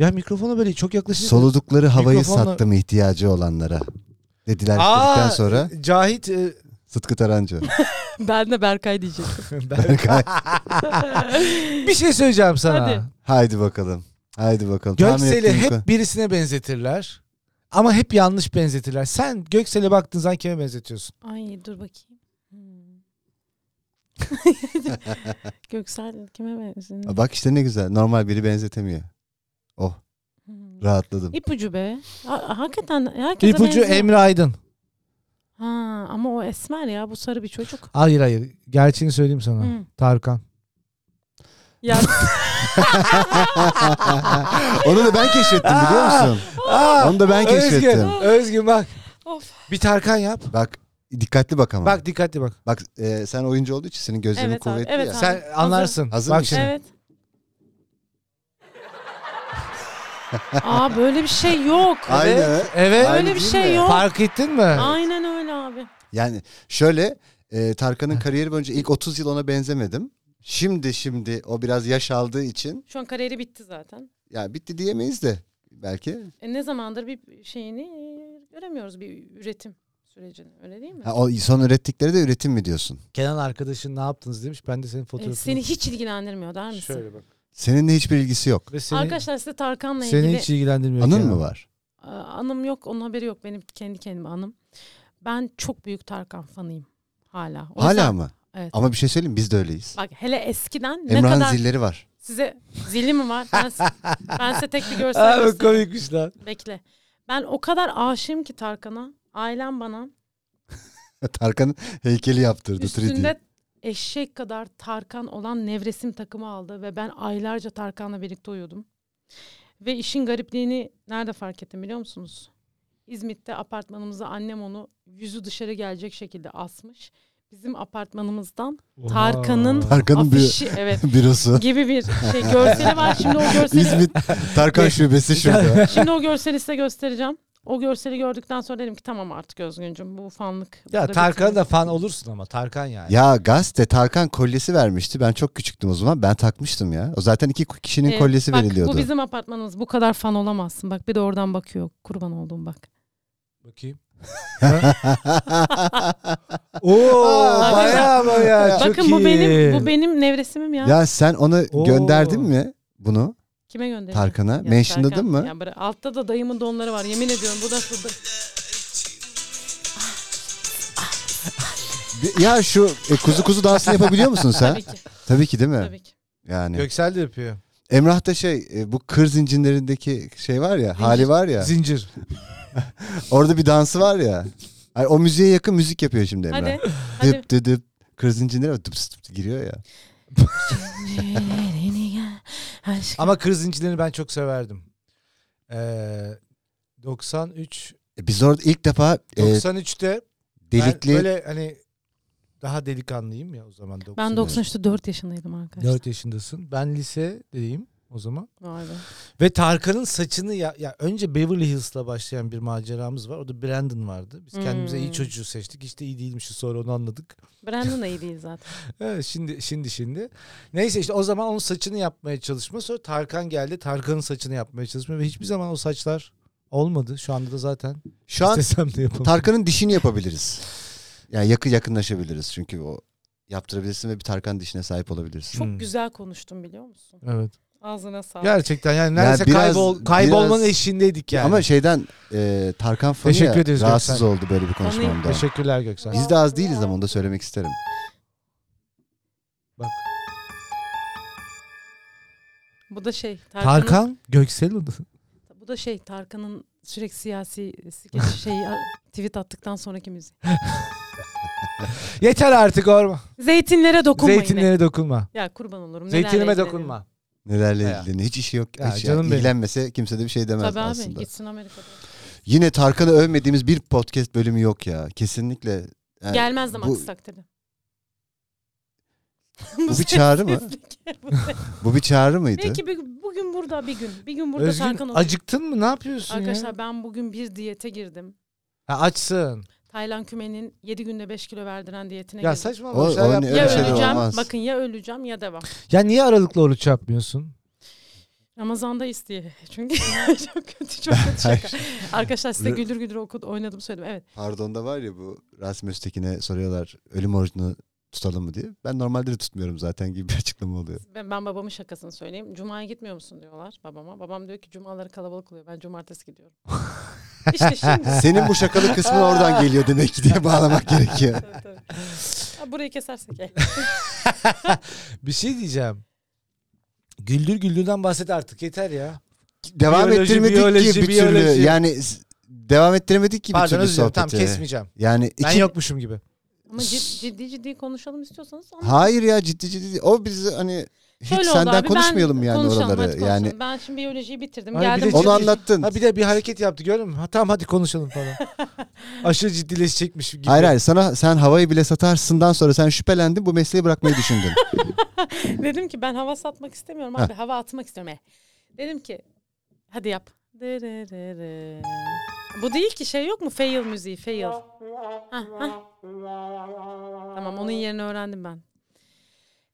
Ya mikrofona böyle çok yaklaşınca. Soludukları havayı şey Mikrofonla- sattım ihtiyacı olanlara. Dediler Aa! dedikten sonra Cahit e, Sıtkı Tarancı. ben de Berkay diyecektim. Berkay. bir şey söyleyeceğim sana. Hadi. Haydi bakalım. Haydi bakalım. Tahmin Göksel'i ettiğim hep ko- birisine benzetirler. Ama hep yanlış benzetirler. Sen Göksel'e baktığın zaman kime benzetiyorsun? Ay dur bakayım. Hmm. Göksel kime benziyor? Bak işte ne güzel. Normal biri benzetemiyor. Oh Hmm. rahatladım. İpucu be. Ha- hakikaten herkese İpucu benziyor. Emre Aydın. Ha, ama o esmer ya bu sarı bir çocuk. Hayır hayır. Gerçeğini söyleyeyim sana. Hı. Tarkan. Ya Onu da ben keşfettim biliyor musun? Aa, Onu da ben keşfettim. Özgün, Özgün bak. of. Bir Tarkan yap. Bak dikkatli bak ama. Bak, Bak dikkatli bak. e, sen oyuncu olduğu için senin gözlerin Evet abi, kuvvetli evet ya. abi. Sen Hazır. anlarsın. Hazır bak mısın? şimdi. Evet. Aa böyle bir şey yok. Aynen. Evet. Evet. Aynen Öyle bir değil şey mi? yok. Fark ettin mi? Aynen öyle abi. Yani şöyle e, Tarkan'ın kariyeri boyunca ilk 30 yıl ona benzemedim. Şimdi şimdi o biraz yaş aldığı için Şu an kariyeri bitti zaten. yani bitti diyemeyiz de belki. E, ne zamandır bir şeyini e, göremiyoruz bir üretim sürecini öyle değil mi? E, Ha, o son ürettikleri de üretim mi diyorsun? Kenan arkadaşın ne yaptınız demiş. Ben de senin E, fotoğrafını... seni hiç ilgilendirmiyor der misin? Şöyle bak. Seninle hiçbir ilgisi yok. Ve seni, Arkadaşlar size Tarkan'la seni ilgili e, hiç ilgilendirmiyor. Anın Kenan. mı var? Aa, anım yok onun haberi yok benim kendi kendime anım. Ben çok büyük Tarkan fanıyım hala. O Hala yüzden- mı? Evet. Ama bir şey söyleyeyim mi? biz de öyleyiz. Bak hele eskiden ne Emrah'ın kadar zilleri var. size zili mi var? Ben, ben size tek bir görsel Abi göstereyim. komikmiş lan. Bekle. Ben o kadar aşığım ki Tarkan'a. Ailem bana Tarkan'ın heykeli yaptırdı 3D. üstünde eşek kadar Tarkan olan nevresim takımı aldı ve ben aylarca Tarkan'la birlikte uyudum. Ve işin garipliğini nerede fark ettim biliyor musunuz? İzmit'te apartmanımıza annem onu yüzü dışarı gelecek şekilde asmış. Bizim apartmanımızdan Tarkan'ın- Oha. Tarkan'ın bir afişi evet bürosu. gibi bir şey görseli var. Şimdi o görseli İzmit Tarkan şubesi şurada. Şimdi o görseli size göstereceğim. O görseli gördükten sonra dedim ki tamam artık Özgüncüm bu fanlık. Ya burada Tarkan bitmiyor. da fan olursun ama Tarkan yani. Ya gazete Tarkan kolyesi vermişti. Ben çok küçüktüm o zaman. Ben takmıştım ya. O zaten iki kişinin Ee, kolyesi bak, veriliyordu. Bu bizim apartmanımız bu kadar fan olamazsın. Bak bir de oradan bakıyor kurban olduğum bak. Bakayım. Oo bayağı bayağı çok Bakın iyi. bu benim bu benim nevresimim ya. ya sen ona Oo. gönderdin mi bunu Kime gönderdim? Tarkan'a? Ya Mentionladın Tarkan, mı? ya bıra- altta da dayımın donları var yemin ediyorum. Bu da şurada. Bir- Ya şu e, kuzu kuzu dansını yapabiliyor musun sen? Tabii ki. Tabii ki değil mi? Tabii ki. Yani. Göksel de yapıyor. Emrah da şey e, bu kır zincirlerindeki şey var ya, hali var ya. Zincir. Orada bir dansı var ya. Ay, o müziğe yakın müzik yapıyor şimdi Emrah. Hadi. hadi. Dıp dıp dıp. Kır zincirleri var, dıp dıp dıp giriyor ya. Aşkım. Ama kır zincirlerini ben çok severdim. Ee, 93 E, biz orada ilk defa e, 93'te delikli ben böyle hani daha delikanlıyım ya o zaman. 93. Ben 93'te 4 yaşındaydım arkadaşlar. 4 yaşındasın. Ben lise diyeyim o zaman. Vay be. Ve Tarkan'ın saçını ya, ya önce Beverly Hills'la başlayan bir maceramız var. Orada Brandon vardı. Biz kendimize Hmm. iyi çocuğu seçtik. Hiç de iyi değilmişiz sonra onu anladık. Brandon da iyi değil zaten. Evet, şimdi şimdi şimdi. Neyse işte o zaman onun saçını yapmaya çalışma. Sonra Tarkan geldi. Tarkan'ın saçını yapmaya çalışma ve hiçbir zaman o saçlar olmadı. Şu anda da zaten şu an istesem de yapamam. Tarkan'ın dişini yapabiliriz. Yani yakın yakınlaşabiliriz çünkü o yaptırabilirsin ve bir Tarkan dişine sahip olabilirsin. Çok Hmm. güzel konuştun biliyor musun? evet. Ağzına sağlık. Gerçekten yani neredeyse biraz- kaybol kaybolmanın biraz- eşiğindeydik yani. Ama şeyden e, Tarkan fanı Teşekkür ya, ederiz rahatsız Göksel. oldu böyle bir konuşmamda. Teşekkürler Göksel. Biz de az değiliz ama onu da söylemek isterim. Bu da şey Tarkan'ın, Tarkan Göksel odası. bu da şey Tarkan'ın sürekli siyasi skeç şeyi tweet attıktan sonraki müziği. Yeter artık orma. Zeytinlere dokunmayın. Zeytinlere dokunma. Ya kurban olurum. nelerle Zeytinime ilgileniyorum. dokunma. Nelerle Ya. ilgileniyor. Hiç işi yok. Ya hiç canım ya. benim. İlgilenmese kimse de bir şey demez Tabii abi aslında. gitsin Amerika'da. Yine Tarkan'ı övmediğimiz bir podcast bölümü yok ya. Kesinlikle. Yani Gelmez de bu, aksi takdirde. bu bir çağrı mı? Bu bir çağrı mıydı? Belki bir- bugün burada bir gün. Bir gün burada Tarkan Özgün olur. acıktın mı? Ne yapıyorsun ya? Arkadaşlar ben bugün bir diyete girdim. Ha, açsın. Taylan Kümen'in 7 günde 5 kilo verdiren diyetine Ya girdim. saçmalama. O- bir şeyler o ne- yapma. öyle ya bir şey de öleceğim. olmaz. Bakın ya öleceğim ya devam. Ya niye aralıklı oruç yapmıyorsun? Ramazan'da isteye. Çünkü çok kötü çok kötü şaka. Arkadaşlar size Rı- güldür güldür okut oynadım söyledim. Evet. Pardon da var ya bu Rasim Öztekin'e soruyorlar ölüm orucunu tutalım mı diye. Ben normalde de tutmuyorum zaten gibi bir açıklama oluyor. Ben, ben babamın şakasını söyleyeyim. Cuma'ya gitmiyor musun diyorlar babama. Babam diyor ki cumaları kalabalık oluyor. Ben cumartesi gidiyorum. işte şimdi. Senin bu şakalı kısmın oradan geliyor demek ki diye bağlamak gerekiyor. Tabii, tabii. Ha, burayı kesersek. e. Bir şey diyeceğim. Güldür güldürden bahset artık yeter ya. Devam Biyoloji, ettirmedik biyoloji, ki bir biyoloji. türlü. Yani s- devam ettiremedik ki bir Pardon türlü özür dilerim. sohbeti. Tamam kesmeyeceğim. Yani Ben iki- yokmuşum gibi. Ama cid- ciddi ciddi konuşalım istiyorsanız. ama Hayır ya ciddi ciddi. O bizi hani hiç şöyle oldu senden abi, ben- konuşmayalım yani konuşalım, oraları. hadi konuşalım. yani Ben şimdi biyolojiyi bitirdim. Hayır, bir geldim. de onu ciddi- buraya. anlattın. Ha bir de bir hareket yaptı gördün mü? Ha tamam hadi konuşalım falan. Aşırı ciddileşecekmiş gibi. Hayır hayır sana sen havayı bile satarsından sonra sen şüphelendin bu mesleği bırakmayı düşündün. Dedim ki ben hava satmak istemiyorum abi. Hava atmak istiyorum. E. Dedim ki hadi yap. Dırırırı. Bu değil ki şey yok mu? Fail müziği. Fail. Hah, hah. Tamam onun yerini öğrendim ben.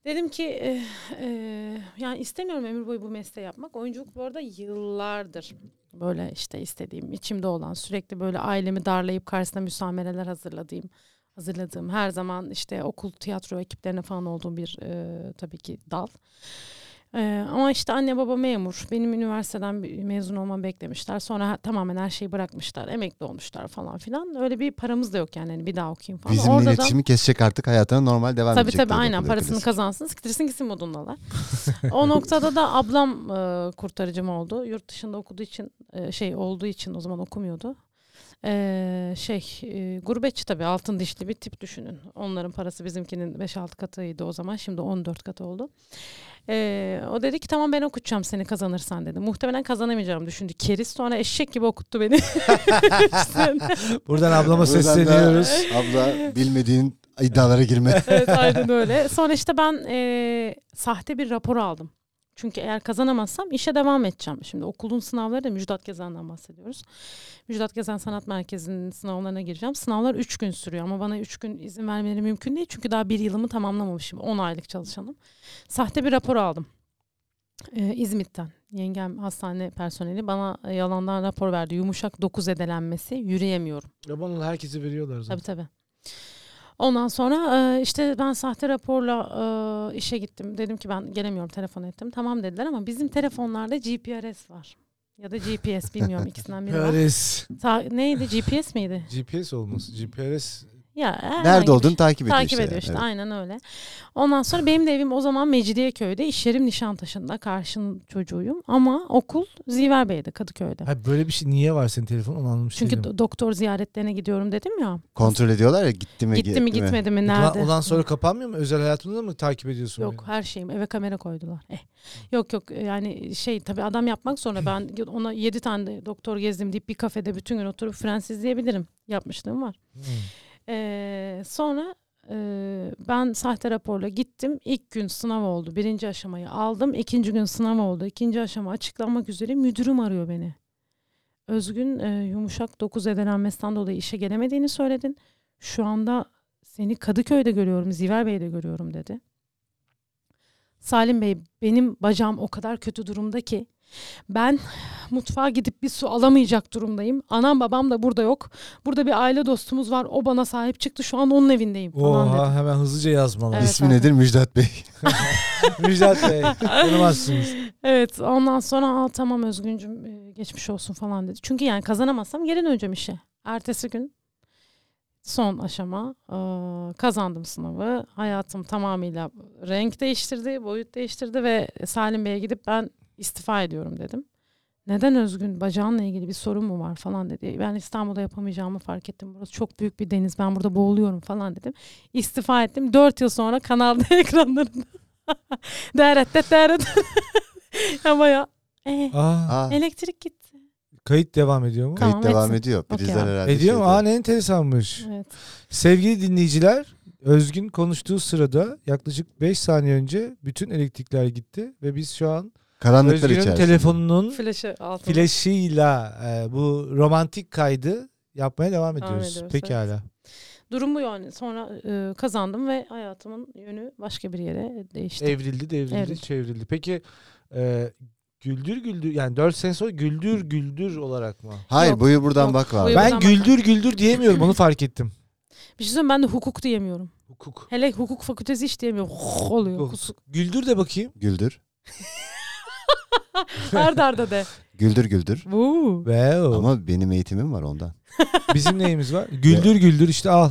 Dedim ki eh, eh, yani istemiyorum ömür boyu bu mesleği yapmak. Oyunculuk bu arada yıllardır böyle işte istediğim, içimde olan, sürekli böyle ailemi darlayıp karşısına müsamereler hazırladığım hazırladığım eh, her zaman işte okul tiyatro ekiplerine falan olduğum bir e, tabii ki dal. Ee, ama işte anne baba memur. Benim üniversiteden bir- mezun olmamı beklemişler. Sonra ha- tamamen her şeyi bırakmışlar. Emekli olmuşlar falan filan. Öyle bir paramız da yok yani. Hani bir daha okuyayım falan. Bizim Orada da- iletişimi kesecek artık hayatına normal devam Tabii edecek. tabii diye aynen bakılıyor parasını klasik. kazansın siktirsin gitsin modundalar. o noktada da ablam e, kurtarıcım oldu. Yurt dışında okuduğu için e, şey olduğu için o zaman okumuyordu. E, şey e, gurbetçi tabii altın dişli bir tip düşünün. Onların parası bizimkinin 5-6 katıydı o zaman şimdi 14 katı oldu. E, o dedi ki tamam ben okutacağım seni kazanırsan dedi. Muhtemelen kazanamayacağımı düşündü. Keriz sonra eşek gibi okuttu beni. İşte- Buradan ablama Buradan da sesleniyoruz. Abla bilmediğin iddialara girme. evet aynen öyle. Sonra işte ben eee, sahte bir rapor aldım. Çünkü eğer kazanamazsam işe devam edeceğim. Şimdi okulun sınavları da Müjdat Gezen'den bahsediyoruz. Müjdat Gezen Sanat Merkezi'nin sınavlarına gireceğim. Sınavlar üç gün sürüyor ama bana üç gün izin vermeleri mümkün değil. Çünkü daha bir yılımı tamamlamamışım. 10 aylık çalışanım. Sahte bir rapor aldım. Ee, İzmit'ten. Yengem hastane personeli bana e, yalandan rapor verdi. Yumuşak dokuz edelenmesi, yürüyemiyorum. Yabanın herkesi veriyorlar zaten. Tabii tabii. Ondan sonra e, işte ben sahte raporla e, işe gittim. Dedim ki ben gelemiyorum telefon ettim. Tamam dediler ama bizim telefonlarda GPRS var. Ya da GPS bilmiyorum ikisinden biri var. PRS. Ta- neydi GPS miydi? GPS olması. GPRS. Ya herhangi bir Nerede olduğunu şey. takip ediyor Takip işte. ediyor işte Evet. aynen öyle. Ondan sonra benim de evim o zaman Mecidiyeköy'de, iş yerim Nişantaşı'nda, karşın çocuğuyum. Ama okul Ziverbey'de, Kadıköy'de. Ha, böyle bir şey niye var senin telefonun onu anlamış Çünkü değilim. do- doktor ziyaretlerine gidiyorum dedim ya. Kontrol ediyorlar ya gitti mi Gitti mi gitmedi mi, nerede? Ulan- Ondan sonra kapanmıyor mu? Özel hayatını da mı takip ediyorsun? Yok her şeyim eve kamera koydular. Eh. Yok yok yani şey tabii adam yapmak sonra ben ona yedi tane de doktor gezdim deyip bir kafede bütün gün oturup Fransız izleyebilirim. Yapmışlığım var. beni? Hı. Ee, sonra e, ben sahte raporla gittim. İlk gün sınav oldu. Birinci aşamayı aldım. İkinci gün sınav oldu. İkinci aşama açıklanmak üzere müdürüm arıyor beni. Özgün e, yumuşak dokuz edelenmesinden dolayı işe gelemediğini söyledin. Şu anda seni Kadıköy'de görüyorum, Ziver Bey'de görüyorum dedi. Salim Bey benim bacağım o kadar kötü durumda ki ben mutfağa gidip bir su alamayacak durumdayım. Anam babam da burada yok. Burada bir aile dostumuz var. O bana sahip çıktı. Şu an onun evindeyim falan dedi. Oha hemen hızlıca yazmalı. Evet, İsmi zaten. nedir Müjdat Bey? Müjdat Bey. Tanımazsınız. Evet ondan sonra Aa, tamam Özgüncüm e, geçmiş olsun falan dedi. Çünkü yani kazanamazsam geri döneceğim işe. Ertesi gün son aşama e, kazandım sınavı. Hayatım tamamıyla renk değiştirdi, boyut değiştirdi ve Salim Bey'e gidip ben istifa ediyorum dedim. Neden Özgün bacağınla ilgili bir sorun mu var falan dedi. Ben İstanbul'da yapamayacağımı fark ettim. Burası çok büyük bir deniz. Ben burada boğuluyorum falan dedim. İstifa ettim. Dört yıl sonra kanalda ekranlarında. Deret deret. Ya bayağı. Ee, Aa, Aa, elektrik gitti. kayıt devam ediyor mu? Ka- kayıt Tamam, devam etsin. ediyor. Okey Prizler abi. herhalde. şey Ediyor mu? şeyde. Aa ne enteresanmış. Evet. Sevgili dinleyiciler, Özgün konuştuğu sırada yaklaşık 5 saniye önce bütün elektrikler gitti ve biz şu an Karanlıklar Özgün'ün içerisinde. telefonunun Flaşı altında. flaşıyla e, bu romantik kaydı yapmaya devam Devam ediyoruz. ediyoruz, Pekala. Durum bu yani. Sonra e, kazandım ve hayatımın yönü başka bir yere değişti. Evrildi, devrildi, Evrildi. çevrildi. Peki e, güldür güldür yani 4 sene sonra güldür güldür olarak mı? Hayır Yok, buyur buradan yok. bak abi. Buyur. Ben bak- güldür güldür diyemiyorum onu fark ettim. Bir şey söyleyeyim ben de hukuk diyemiyorum. Hukuk. Hele hukuk fakültesi hiç diyemiyorum. Hukuk oluyor. Hukuk. Kusuk. Güldür de bakayım. Güldür. Arda arda de. Güldür güldür. Vuu. Wow. Ama benim eğitimim var ondan. Bizim neyimiz var? Güldür güldür işte al.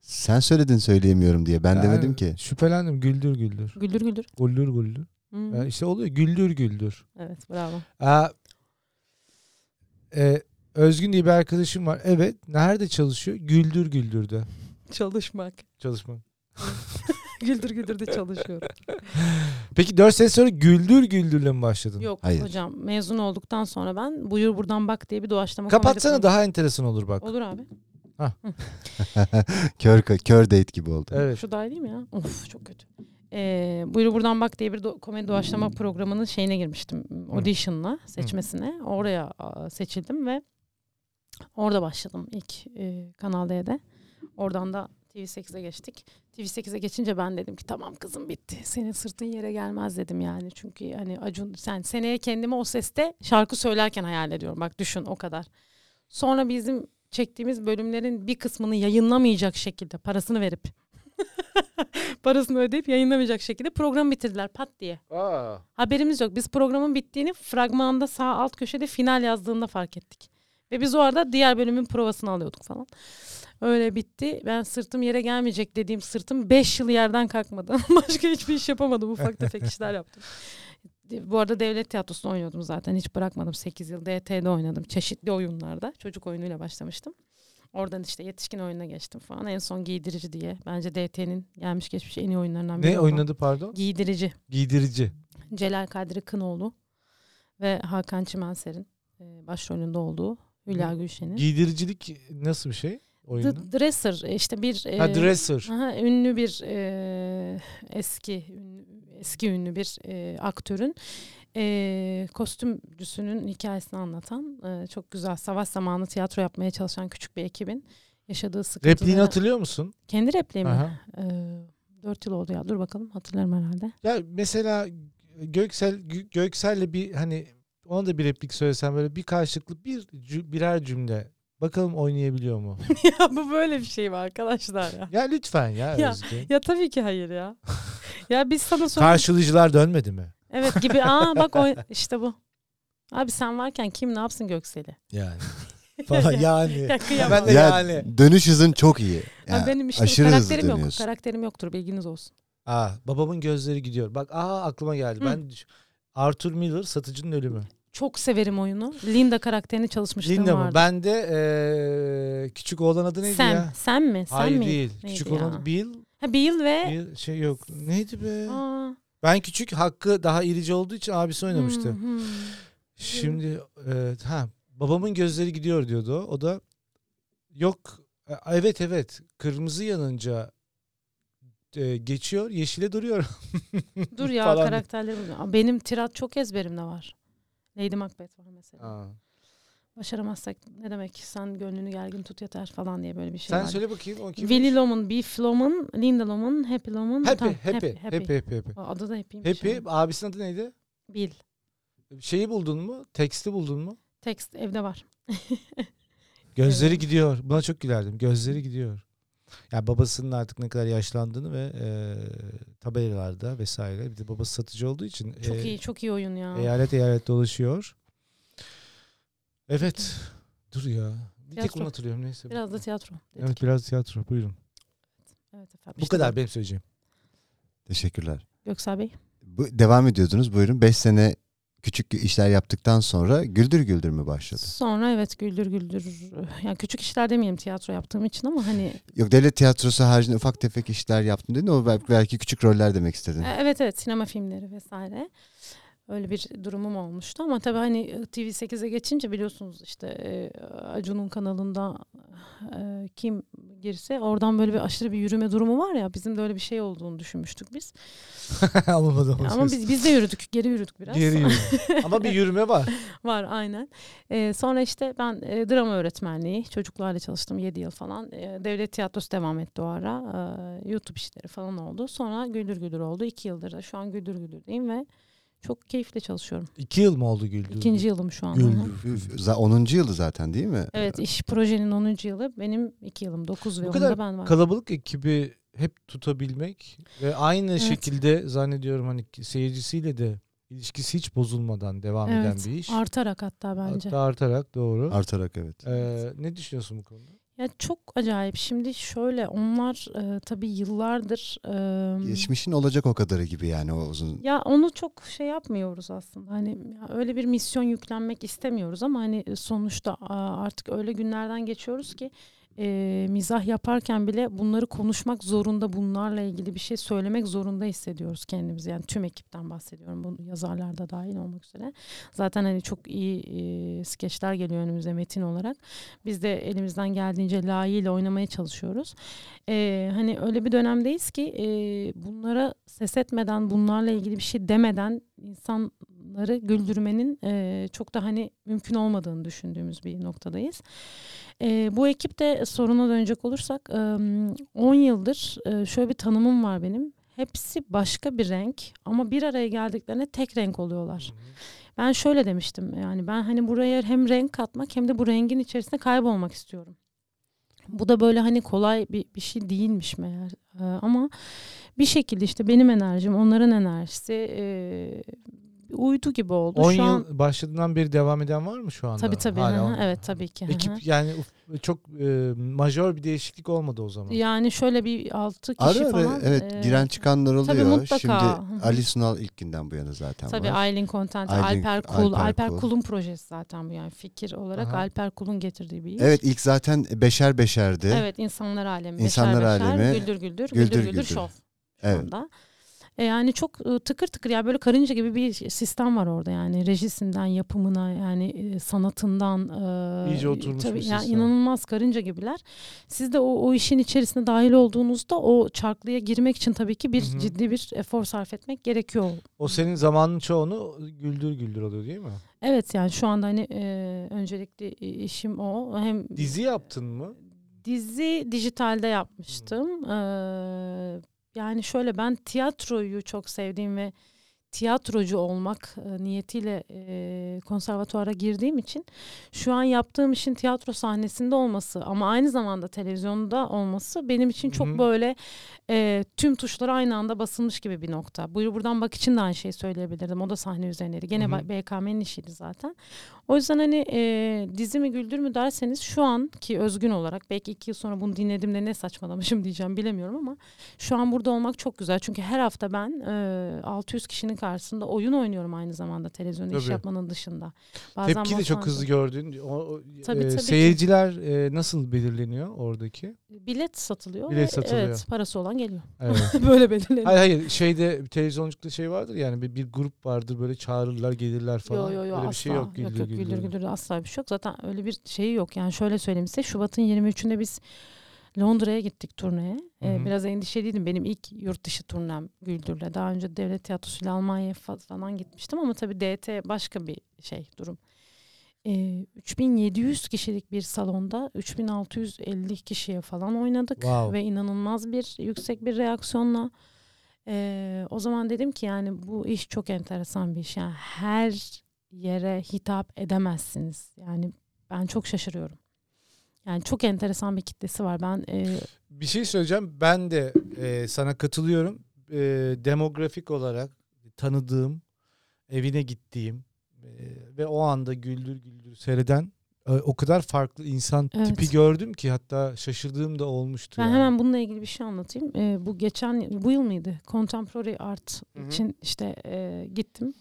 Sen söyledin söyleyemiyorum diye. Ben Yani demedim ki. Şüphelendim. Güldür güldür. Güldür güldür. Güldür güldür. Hmm. Ya işte oluyor. Güldür güldür. Evet bravo. Aa, e, Özgün diye bir arkadaşım var. Evet. Nerede çalışıyor? Güldür güldürde. Çalışmak. Çalışma. güldür güldür de çalışıyorum. Peki 4 sene sonra güldür güldürle mi başladın? Yok Hayır. hocam mezun olduktan sonra ben buyur buradan bak diye bir doğaçlama komedi Kapatsana programı- daha enteresan olur bak. Olur abi. kör kör date gibi oldu. Evet. Şu dahi değil mi ya? Of çok kötü. Ee, Buyur Buradan Bak diye bir do- komedi doğaçlama programının şeyine girmiştim. Audition'la seçmesine. Oraya a, seçildim ve orada başladım ilk e, Kanal D'de. Oradan da TV8'e geçtik. TV8'e geçince ben dedim ki tamam kızım bitti. Senin sırtın yere gelmez dedim yani. Çünkü hani Acun sen seneye kendimi o seste şarkı söylerken hayal ediyorum. Bak düşün o kadar. Sonra bizim çektiğimiz bölümlerin bir kısmını yayınlamayacak şekilde parasını verip Parasını ödeyip yayınlamayacak şekilde programı bitirdiler pat diye. Aa. Haberimiz yok. Biz programın bittiğini fragmanda sağ alt köşede final yazdığında fark ettik. Ve biz o arada diğer bölümün provasını alıyorduk falan. Öyle bitti. Ben sırtım yere gelmeyecek dediğim sırtım 5 yıl yerden kalkmadı. Başka hiçbir iş yapamadım. Ufak tefek işler yaptım. Bu arada devlet tiyatrosunda oynuyordum zaten. Hiç bırakmadım. 8 yıl DT'de oynadım. Çeşitli oyunlarda. Çocuk oyunuyla başlamıştım. Oradan işte yetişkin oyununa geçtim falan. En son giydirici diye. Bence DT'nin gelmiş geçmiş en iyi oyunlarından biri. Ne olan oynadı pardon? Giydirici. Giydirici. Celal Kadri Kınoğlu ve Hakan Çimenser'in e, başrolünde olduğu Hülya Gülşen'in. Giydiricilik nasıl bir şey oyunda? The Dresser e, işte bir e, ha dresser. aha, ünlü bir e, eski ünlü, eski ünlü bir e, aktörün e, kostümcüsünün hikayesini anlatan e, çok güzel savaş zamanı tiyatro yapmaya çalışan küçük bir ekibin yaşadığı Repliğini sıkıntıları. hatırlıyor musun? Kendi repliği mi? Aha. E, dört yıl oldu ya dur bakalım hatırlarım herhalde. Ya mesela Göksel Gö- Göksel'le bir hani ona da bir replik söylesem böyle bir karşılıklı bir cü- birer cümle. Bakalım oynayabiliyor mu? ya bu böyle bir şey mi arkadaşlar ya? ya lütfen ya, Ya, Özge. Ya tabii ki hayır ya. ya biz sana sor. Karşılayıcılar dönmedi mi? evet gibi. Aa bak o işte bu. Abi sen varken kim ne yapsın Göksel'i? Yani. Falan yani. Ya kıyamam. Ben de Ya yani. dönüş hızın çok iyi. Ya Yani benim işte aşırı hızlı karakterim yok. dönüyorsun. Karakterim yoktur bilginiz olsun. Aa, babamın gözleri gidiyor. Bak aa aklıma geldi. Hı. Ben düş- Arthur Miller satıcının ölümü. Çok severim oyunu. Linda karakterini çalışmıştım Linda mı? vardı. Ben de eee, küçük oğlan adı neydi sen, ya? sen mi? Sen Hayır mi? değil. Neydi küçük ya? oğlan Bill, Ha Bill ve Bill şey yok. Neydi be? Aa, Ben küçük Hakkı daha irici olduğu için abisi oynamıştı. hmm, hmm. Şimdi e, ha babamın gözleri gidiyor diyordu. o. O da yok e, evet evet kırmızı yanınca e, geçiyor yeşile duruyor. Dur ya Falan. karakterlerim. Aa, Benim tirat çok ezberimde var. Lady Macbeth var mesela. Aa. Başaramazsak ne demek sen gönlünü gergin tut yeter falan diye böyle bir şey Sen vardı. söyle bakayım o kim? Willy Loman, Beef Loman, Linda Loman, Happy şey Loman. Happy, tamam, happy, happy, happy, happy. Aa, Adı da Happy'ymiş. Happy, ya. abisinin adı neydi? Bill. Şeyi buldun mu? Teksti buldun mu? Text evde var. Gözleri Evet. gidiyor. Buna çok gülerdim. Gözleri gidiyor. Ya babasının artık ne kadar yaşlandığını ve e, tabelalarda vesaire. Bir de babası satıcı olduğu için Çok e, iyi, çok iyi oyun ya. eyalet eyalet dolaşıyor. Evet. Dur ya. Bir tek Tiyatro. onu hatırlıyorum neyse. Biraz da tiyatro. şey Dedik. evet biraz tiyatro buyurun. Evet efendim. Bu İşte kadar bu. benim söyleyeceğim. teşekkürler. Göksel Bey. Bu, devam ediyordunuz buyurun. 5 sene küçük işler yaptıktan sonra güldür güldür mü başladı? Sonra evet güldür güldür. Yani küçük işler demeyeyim tiyatro yaptığım için ama hani Yok devlet tiyatrosu haricinde ufak tefek işler yaptım dedin o belki, belki küçük roller demek istedin. E, Evet evet sinema filmleri vesaire. Öyle bir durumum olmuştu ama tabii hani e, TV8'e geçince biliyorsunuz işte e, Acun'un kanalında e, kim girse oradan böyle bir aşırı bir yürüme durumu var ya bizim de öyle bir şey olduğunu düşünmüştük biz. Olmadı ama. Ama biz biz de yürüdük, geri yürüdük biraz. Geri yürü. ama bir yürüme var. Var aynen. Ee, sonra işte ben e, drama öğretmenliği çocuklarla çalıştım 7 yıl falan. Ee, devlet tiyatrosu devam etti o ara. Ee, YouTube işleri falan oldu. Sonra Güldür Güldür oldu. 2 yıldır da şu an Güldür Güldür'deyim ve çok keyifle çalışıyorum. İki yıl mı oldu güldü? İkinci yılım şu an. Güldür. Üf, za- 10. yılı zaten değil mi? Evet iş projenin 10. yılı benim 2 yılım 9 ve Bu 10'da kadar ben var. Kalabalık ekibi hep tutabilmek ve aynı Evet. şekilde zannediyorum hani ki- seyircisiyle de ilişkisi hiç bozulmadan devam eden Evet bir iş. artarak hatta bence. Hatta artarak doğru. Artarak evet. Ee, ne düşünüyorsun bu konuda? Ya çok acayip şimdi şöyle onlar e, tabii yıllardır... e, Geçmişin olacak o kadarı gibi yani o uzun. Ya onu çok şey yapmıyoruz aslında. Hani ya öyle bir misyon yüklenmek istemiyoruz ama hani sonuçta a, artık öyle günlerden geçiyoruz ki e, mizah yaparken bile bunları konuşmak zorunda, bunlarla ilgili bir şey söylemek zorunda hissediyoruz kendimizi. Yani tüm ekipten bahsediyorum. Bu yazarlar da dahil olmak üzere. Zaten hani çok iyi e, skeçler geliyor önümüze metin olarak. Biz de elimizden geldiğince layığıyla oynamaya çalışıyoruz. Ee, hani öyle bir dönemdeyiz ki e, bunlara ses etmeden, bunlarla ilgili bir şey demeden insanları güldürmenin e, çok da hani mümkün olmadığını düşündüğümüz bir noktadayız. Ee, bu ekipte soruna dönecek olursak, e, 10 yıldır e, şöyle bir tanımım var benim. Hepsi başka bir renk ama bir araya geldiklerinde tek renk oluyorlar. Ben şöyle demiştim yani ben hani buraya hem renk katmak hem de bu rengin içerisinde kaybolmak istiyorum. Bu da böyle hani kolay bir, bir şey değilmiş meğer. Ee, ama bir şekilde işte benim enerjim, onların enerjisi e, uydu gibi oldu. 10 Şu yıl an başladığından beri devam eden var mı şu anda? tabii tabii. Hala hı hı, on- evet tabii ki. hı hı. Ekip yani uf- çok e, majör bir değişiklik olmadı o zaman. Yani şöyle bir altı kişi Ara ara falan. evet e, giren çıkanlar oluyor. mutlaka. Hı Şimdi hı. Ali Sunal ilk günden bu yana zaten Tabii var. Aylin Content, Aylin- Alper Kul. Alper, Alper Kul. Kul'un projesi zaten bu yani fikir olarak Aha. Alper Kul'un getirdiği bir iş. Evet ilk zaten beşer beşerdi. Evet insanlar alemi. İnsanlar beşer beşer, alemi, Güldür güldür. Güldür Güldür güldür, Güldür. şov. Şu Evet. anda. E yani çok e, tıkır tıkır ya böyle karınca gibi bir sistem var orada yani rejisinden yapımına yani e, sanatından e, İyice oturmuş bir yani sistem. inanılmaz karınca gibiler. Siz de o, o işin içerisine dahil olduğunuzda o çarklıya girmek için tabii ki bir Hı hı. ciddi bir efor sarf etmek gerekiyor O senin zamanın çoğunu güldür güldür oluyor değil mi? Evet yani şu anda hani e, öncelikli i- işim o. Hem Dizi yaptın mı? dizi dijitalde yapmıştım. Hmm. Ee, yani şöyle ben tiyatroyu çok sevdiğim ve tiyatrocu olmak e, niyetiyle e, konservatuara girdiğim için şu an yaptığım işin tiyatro sahnesinde olması ama aynı zamanda televizyonda olması benim için çok Hı hı. böyle e, tüm tuşlara aynı anda basılmış gibi bir nokta. Buyur buradan bak için de aynı şeyi söyleyebilirdim. O da sahne üzerineydi. Gene Hı hı. ba- BKM'nin işiydi zaten. O yüzden hani e, dizi mi güldür mü derseniz şu an ki özgün olarak belki iki yıl sonra bunu dinlediğimde ne saçmalamışım diyeceğim bilemiyorum ama şu an burada olmak çok güzel. Çünkü her hafta ben e, 600 kişinin karşısında oyun oynuyorum aynı zamanda televizyonda iş Tabii. yapmanın dışında. Tepki de Los çok Angeles- hızlı gördün. O, o, Tabii, e, tabii ki. seyirciler e, nasıl belirleniyor oradaki? Bilet satılıyor. Bilet ve satılıyor. Evet parası olan geliyor. Evet. Böyle belirleniyor. hayır hayır şeyde televizyonculukta şey vardır yani bir, bir grup vardır böyle çağırırlar gelirler falan. Yo yo Öyle yo asla. bir şey yok güldür yok, güldür. güldür güldür asla bir şey yok. Zaten öyle bir şey yok. Yani şöyle söyleyeyim size Şubat'ın 23'ünde biz Londra'ya gittik turneye. Ee, Hı hı. biraz endişeliydim. Benim ilk yurt dışı turnem Güldür'le. Daha önce devlet tiyatrosuyla Almanya'ya fa- falan gitmiştim ama tabii DT başka bir şey durum. Ee, 3700 kişilik bir salonda 3650 kişiye falan oynadık Wow. ve inanılmaz bir yüksek bir reaksiyonla ee, o zaman dedim ki yani bu iş çok enteresan bir iş. Yani her yere hitap edemezsiniz. Yani ben çok şaşırıyorum. Yani çok enteresan bir kitlesi var. Ben e, Bir şey söyleyeceğim. Ben de e, sana katılıyorum. E, demografik olarak tanıdığım, evine gittiğim e, ve o anda güldür güldür seyreden e, o kadar farklı insan Evet. tipi gördüm ki hatta şaşırdığım da olmuştu. ben yani. hemen bununla ilgili bir şey anlatayım. Ee, bu geçen bu yıl mıydı? Contemporary Art Hı hı. için işte e, gittim.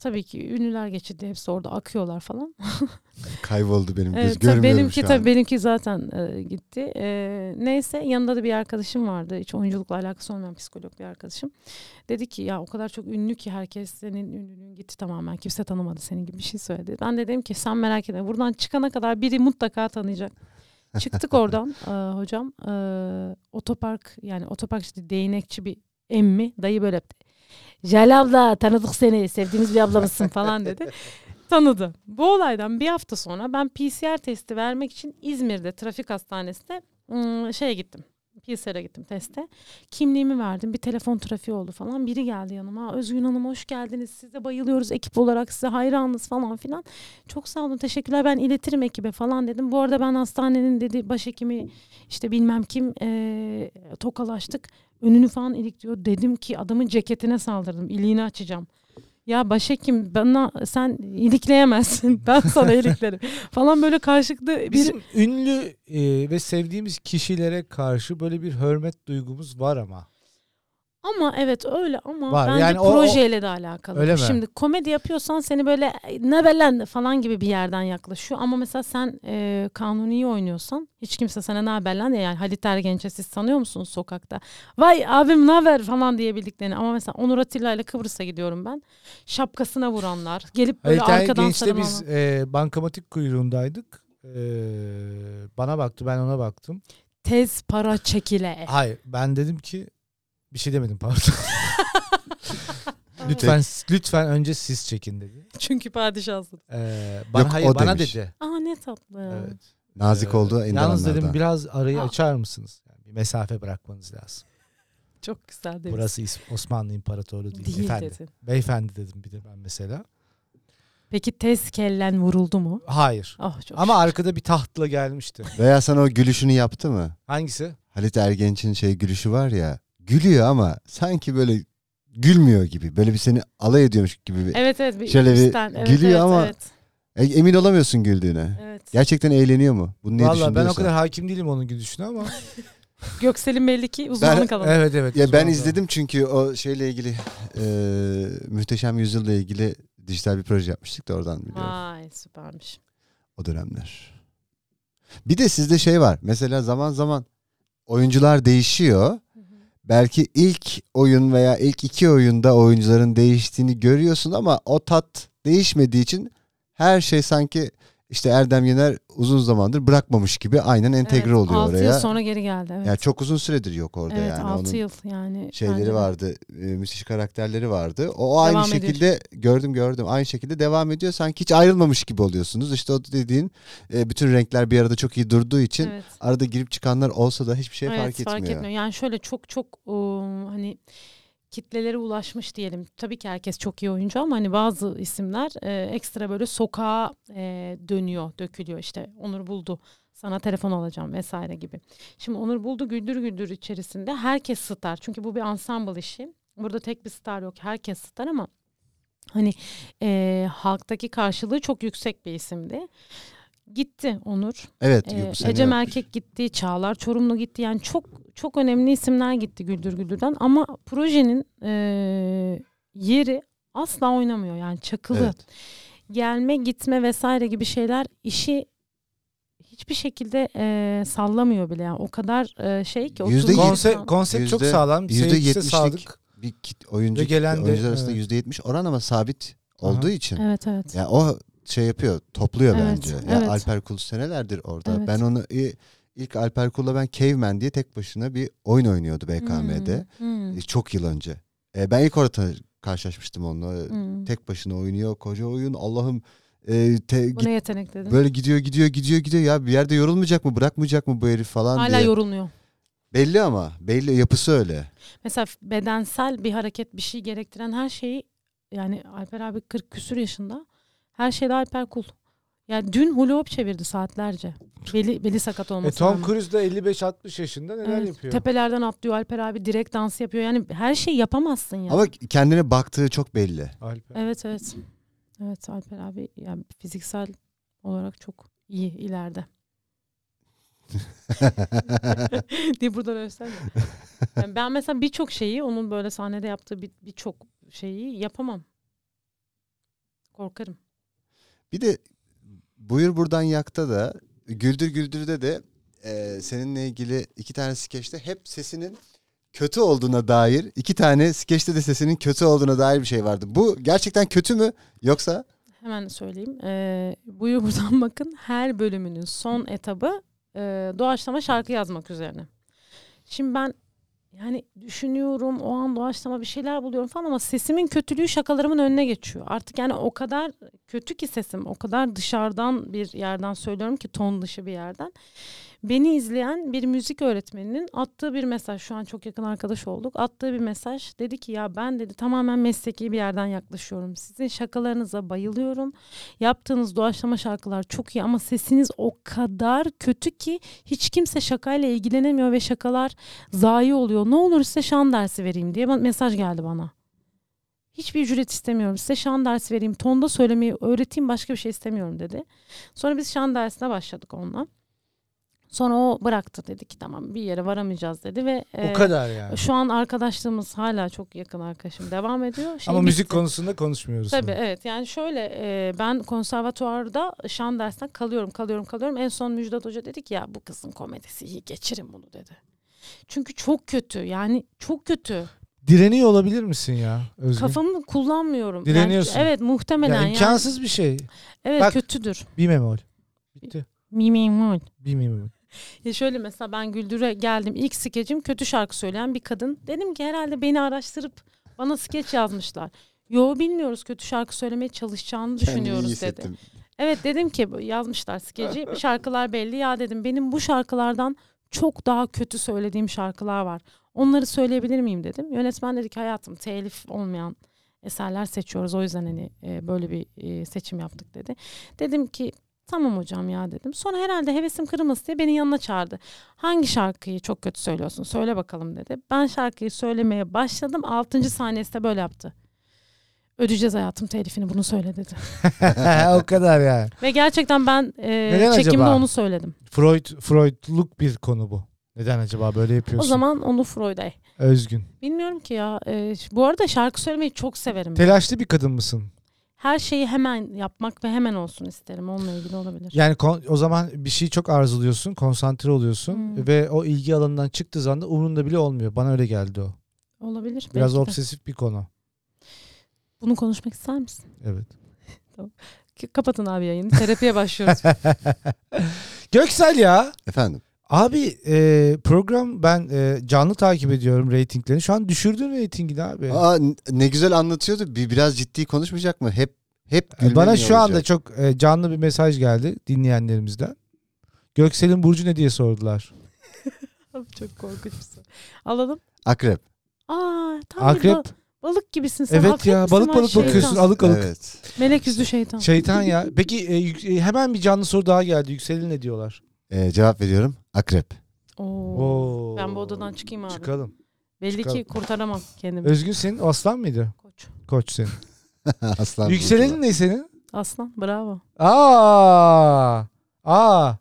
Tabii ki ünlüler geçidi hepsi orada akıyorlar falan. Kayboldu benim göz. Evet, tabii Görmüyorum benimki şu tabii an. benimki zaten e, gitti. E, neyse yanında da bir arkadaşım vardı. Hiç oyunculukla alakası olmayan psikolog bir arkadaşım. Dedi ki ya o kadar çok ünlü ki herkes senin ünlülüğün gitti tamamen. Kimse tanımadı senin gibi bir şey söyledi. Ben de dedim ki sen merak etme. Buradan çıkana kadar biri mutlaka tanıyacak. Çıktık oradan e, hocam. E, otopark yani otopark işte değnekçi bir emmi. Dayı böyle Jel abla tanıdık seni sevdiğimiz bir ablamızsın falan dedi tanıdı. Bu olaydan bir hafta sonra ben PCR testi vermek için İzmir'de trafik hastanesinde ım, şeye gittim. PCR'a gittim teste. Kimliğimi verdim. Bir telefon trafiği oldu falan. Biri geldi yanıma. Özgün Hanım hoş geldiniz. Size bayılıyoruz ekip olarak. Size hayranız falan filan. Çok sağ olun. Teşekkürler. Ben iletirim ekibe falan dedim. Bu arada ben hastanenin dedi başhekimi işte bilmem kim eee, tokalaştık. Önünü falan ilikliyor. Dedim ki adamın ceketine saldırdım. İliğini açacağım. Ya başhekim bana sen ilikleyemezsin. Ben sana iliklerim. falan böyle karşılıklı bir Bizim ünlü e, ve sevdiğimiz kişilere karşı böyle bir hürmet duygumuz var ama. Ama evet öyle ama Var. bence Yani o- projeyle de alakalı. Öyle mi? Şimdi komedi yapıyorsan seni böyle "Ay, ne belen falan gibi bir yerden yaklaşıyor. Ama mesela sen e, kanuni oynuyorsan hiç kimse sana ne haber lan diye yani Halit Ergenç'e siz sanıyor musunuz sokakta? Vay abim ne haber falan diyebildiklerini. Ama mesela Onur Atilla ile Kıbrıs'a gidiyorum ben. Şapkasına vuranlar. Gelip böyle Hayır, yani arkadan gençte sarılanlar. biz e, bankamatik kuyruğundaydık. E, bana baktı ben ona baktım. Tez para çekile. Hayır ben dedim ki bir şey demedim pardon. Lütfen. lütfen lütfen önce siz çekin dedi. Çünkü padişahsın. Ee, bana Yok, hayır o bana demiş. dedi. Aa ne tatlı. Evet. Ah. Nazik Ee, oldu en Yalnız dedim dönemlerden. biraz arayı Aa. açar mısınız? Yani bir mesafe bırakmanız lazım. Çok güzel dedi. Burası İs- Osmanlı İmparatorluğu değil, Değil efendi. dedi. Beyefendi dedim bir de ben mesela. Peki tez kellen vuruldu mu? Hayır. Ah çok Ama arkada bir tahtla gelmişti. Veya sana o gülüşünü yaptı mı? Hangisi? Halit Ergenç'in şey gülüşü var ya. Gülüyor ama sanki böyle gülmüyor gibi. Böyle bir seni alay ediyormuş gibi. bir- Evet evet. Bir Şöyle bir içten. evet, gülüyor evet, ama- Evet. E, Emin olamıyorsun güldüğüne. evet. Gerçekten eğleniyor mu? Bunu niye Vallahi ben o düşünüyorsun? kadar hakim değilim onun gülüşüne ama. Göksel'in belli ki uzmanlık alanı. evet evet. Ya ben uzmandı. izledim çünkü o şeyle ilgili e, Muhteşem Yüzyıl'la ilgili dijital bir proje yapmıştık da oradan biliyorum Vay süpermiş. o dönemler. Bir de sizde şey var. Mesela zaman zaman oyuncular değişiyor. Belki ilk oyun veya ilk iki oyunda oyuncuların değiştiğini görüyorsun ama o tat değişmediği için her şey sanki işte Erdem Yener uzun zamandır bırakmamış gibi aynen entegre Evet, oluyor altı oraya. yıl sonra geri geldi. Evet. Yani çok uzun süredir yok orada evet yani. 6 onun- yıl yani. bence şeyleri de. vardı. e, müthiş karakterleri vardı. O aynı Devam ediyor. şekilde gördüm gördüm. Aynı şekilde devam ediyor. Sanki hiç ayrılmamış gibi oluyorsunuz. İşte o dediğin e, bütün renkler bir arada çok iyi durduğu için Evet. arada girip çıkanlar olsa da hiçbir şey evet, fark etmiyor. Yani şöyle çok çok ıı, hani kitlelere ulaşmış diyelim. Tabii ki herkes çok iyi oyuncu ama hani bazı isimler e, ekstra böyle sokağa e, dönüyor, dökülüyor. İşte Onur Buldu sana telefon alacağım vesaire gibi. Şimdi Onur Buldu Güldür Güldür içerisinde herkes star. Çünkü bu bir ensemble işi. Burada tek bir star yok. Herkes star ama hani e, halktaki karşılığı çok yüksek bir isimdi. Gitti Onur. Evet. Ee, yok, bu sene Ecem yok. Erkek gitti, Çağlar Çorumlu gitti. Yani çok çok önemli isimler gitti Güldür Güldür'den ama projenin eee, yeri asla oynamıyor. Yani çakılı. Evet. Gelme, gitme vesaire gibi şeyler işi hiçbir şekilde eee, sallamıyor bile. Yani o kadar eee, şey ki Yüzde yirmi- otuz insan- Konsept, konsept çok Yüzde- sağlam. yüzde Seyircisi yetmişlik sadık. Bir kit, oyuncu Ve gelen de, oyuncular arasında evet. yüzde yetmiş oran ama sabit Aha. olduğu için. Evet evet. Yani o şey yapıyor, topluyor Evet, bence. Ya evet. Alper Kul senelerdir orada. Evet. Ben onu i- ilk Alper Kul'la ben Caveman diye tek başına bir oyun E oynuyordu BKM'de. Hmm, hmm, E, Çok yıl önce. E, ben ilk orada ta- karşılaşmıştım onunla. hmm. Tek başına oynuyor, koca oyun. Allah'ım e, te- Bu git- ne yetenek dedin? böyle gidiyor, gidiyor, gidiyor, gidiyor. Ya bir yerde yorulmayacak mı, bırakmayacak mı bu herif falan Hala diye. yorulmuyor. belli ama, belli yapısı öyle. Mesela f- bedensel bir hareket bir şey gerektiren her şeyi yani Alper abi 40 küsür yaşında her şeyde Alper kul. Yani dün hula hoop çevirdi saatlerce. Beli, beli sakat E, olması. Tom Cruise da 55-60 yaşında neler yapıyor? Tepelerden atlıyor Alper abi direkt dans yapıyor. Yani her şeyi yapamazsın ya. Ama kendine baktığı çok belli. Alper. Evet evet. Evet Alper abi yani fiziksel olarak çok iyi ileride. diye buradan övsem. de. Yani ben mesela birçok şeyi onun böyle sahnede yaptığı bir- birçok şeyi yapamam. Korkarım. Bir de Buyur Buradan Yak'ta da Güldür Güldür'de de e, seninle ilgili iki tane skeçte hep sesinin kötü olduğuna dair iki tane skeçte de sesinin kötü olduğuna dair bir şey vardı. Bu gerçekten kötü mü yoksa Hemen söyleyeyim. Ee, buyur buradan bakın. Her bölümünün son etabı e, doğaçlama şarkı yazmak üzerine. Şimdi ben yani düşünüyorum o an doğaçlama bir şeyler buluyorum falan ama sesimin kötülüğü şakalarımın önüne geçiyor. Artık yani o kadar kötü ki sesim o kadar dışarıdan bir yerden söylüyorum ki ton dışı bir yerden. Beni izleyen bir müzik öğretmeninin attığı bir mesaj şu an çok yakın arkadaş olduk attığı bir mesaj dedi ki ya ben dedi tamamen mesleki bir yerden yaklaşıyorum. Sizin şakalarınıza bayılıyorum. Yaptığınız doğaçlama şarkılar çok iyi ama sesiniz o kadar kötü ki hiç kimse şakayla ilgilenemiyor ve şakalar zayi oluyor. Ne olur size şan dersi vereyim diye ben- mesaj geldi bana. Hiçbir ücret istemiyorum. Size şan dersi vereyim. Tonda söylemeyi öğreteyim. Başka bir şey istemiyorum dedi. Sonra biz şan dersine başladık onunla. Sonra o bıraktı dedi ki tamam bir yere varamayacağız dedi ve o e, kadar yani. şu an arkadaşlığımız hala çok yakın arkadaşım devam ediyor. Şey Ama müzik bitti. konusunda konuşmuyoruz. Tabii evet yani şöyle e, ben konservatuvarda şan dersinden kalıyorum kalıyorum kalıyorum. En son Müjdat Hoca dedi ki ya bu kızın komedisi iyi geçirin bunu dedi. Çünkü çok kötü yani çok kötü. Direniyor olabilir misin ya Özgün? Kafamı kullanmıyorum. Yani Direniyorsun. evet muhtemelen ya, yani. imkansız bir şey. Evet Bak- kötüdür. Bir memol. Bitti. Mimim Bir memol. Ya şöyle mesela ben Güldür'e geldim. İlk skecim kötü şarkı söyleyen bir kadın. Dedim ki herhalde beni araştırıp bana skeç yazmışlar. Yo bilmiyoruz kötü şarkı söylemeye çalışacağını Kendimi iyi düşünüyoruz dedi. hissettim. Evet dedim ki yazmışlar skeci. Şarkılar belli ya dedim. Benim bu şarkılardan çok daha kötü söylediğim şarkılar var. Onları söyleyebilir miyim dedim. Yönetmen dedi ki hayatım telif olmayan eserler seçiyoruz. O yüzden hani e, böyle bir e, seçim yaptık dedi. Dedim ki tamam hocam ya dedim. Sonra herhalde hevesim kırılmasın diye beni yanına çağırdı. Hangi şarkıyı çok kötü söylüyorsun söyle bakalım dedi. Ben şarkıyı söylemeye başladım. Altıncı saniyesinde böyle yaptı. Ödeyeceğiz hayatım telifini bunu söyle dedi. o kadar yani. Ve gerçekten ben e, Neden çekimde acaba? onu söyledim. Freud Freudluk bir konu bu. Neden acaba böyle O yapıyorsun? zaman onu Freud'a. Özgün. Bilmiyorum ki ya. e, ş- bu arada şarkı söylemeyi çok severim. Telaşlı bir kadın mısın? Her şeyi hemen yapmak ve hemen olsun isterim. Onunla ilgili olabilir. Yani kon- o zaman bir şeyi çok arzuluyorsun, konsantre oluyorsun Hmm. ve o ilgi alanından çıktığı zaman da umrunda bile olmuyor. Bana öyle geldi o. olabilir. Biraz belki de. obsesif bir konu. Bunu konuşmak ister misin? Evet. K- Kapatın abi yayını. Terapiye başlıyoruz. Göksel ya. Efendim. Abi e, program ben e, canlı takip ediyorum reytinglerini. Şu an düşürdün reytingini abi. Aa, n- ne güzel anlatıyordu. Bir biraz ciddi konuşmayacak mı? Hep hep gülmem E, Bana iyi şu anda olacak. çok e, canlı bir mesaj geldi dinleyenlerimizden. Göksel'in burcu ne diye sordular. çok korkunç bir soru. Alalım. akrep. Aa tam bir Akrep. ba- balık gibisin sen. Evet Akrep ya misin balık lan balık şeytan? bakıyorsun Şey- alık alık. Evet. Melek yüzlü şeytan. Şeytan ya. Peki e, yük- e, hemen bir canlı soru daha geldi. Yüksel'in ne diyorlar? Ee, cevap veriyorum. Akrep. Oo. Oo. Ben bu odadan çıkayım abi. Çıkalım. Belli çıkalım. ki kurtaramam kendimi. Özgün senin aslan mıydı? Koç. Koç senin. Aslan. Yüksel'in ne senin? Aslan bravo. Aa! Aa!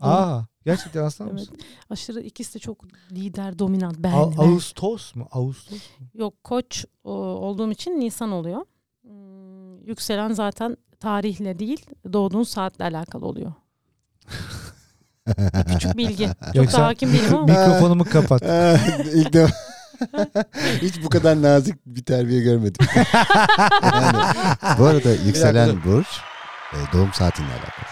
Aa! Gerçekten aslan Evet. mısın? Aşırı ikisi de çok lider, dominant. Ben, A- ben. Ağustos mu? Ağustos. Yok koç e, olduğum için Nisan oluyor. Hmm, Yükselen zaten tarihle değil doğduğun saatle alakalı oluyor. Küçük bilgi. Çok Yoksa- da hakim değilim ama. Mikrofonumu kapat. Aa, İlk Ee, defa. Hiç bu kadar nazik bir terbiye görmedim. Yani bu arada Bir yükselen burç e, doğum saatinle alakalı.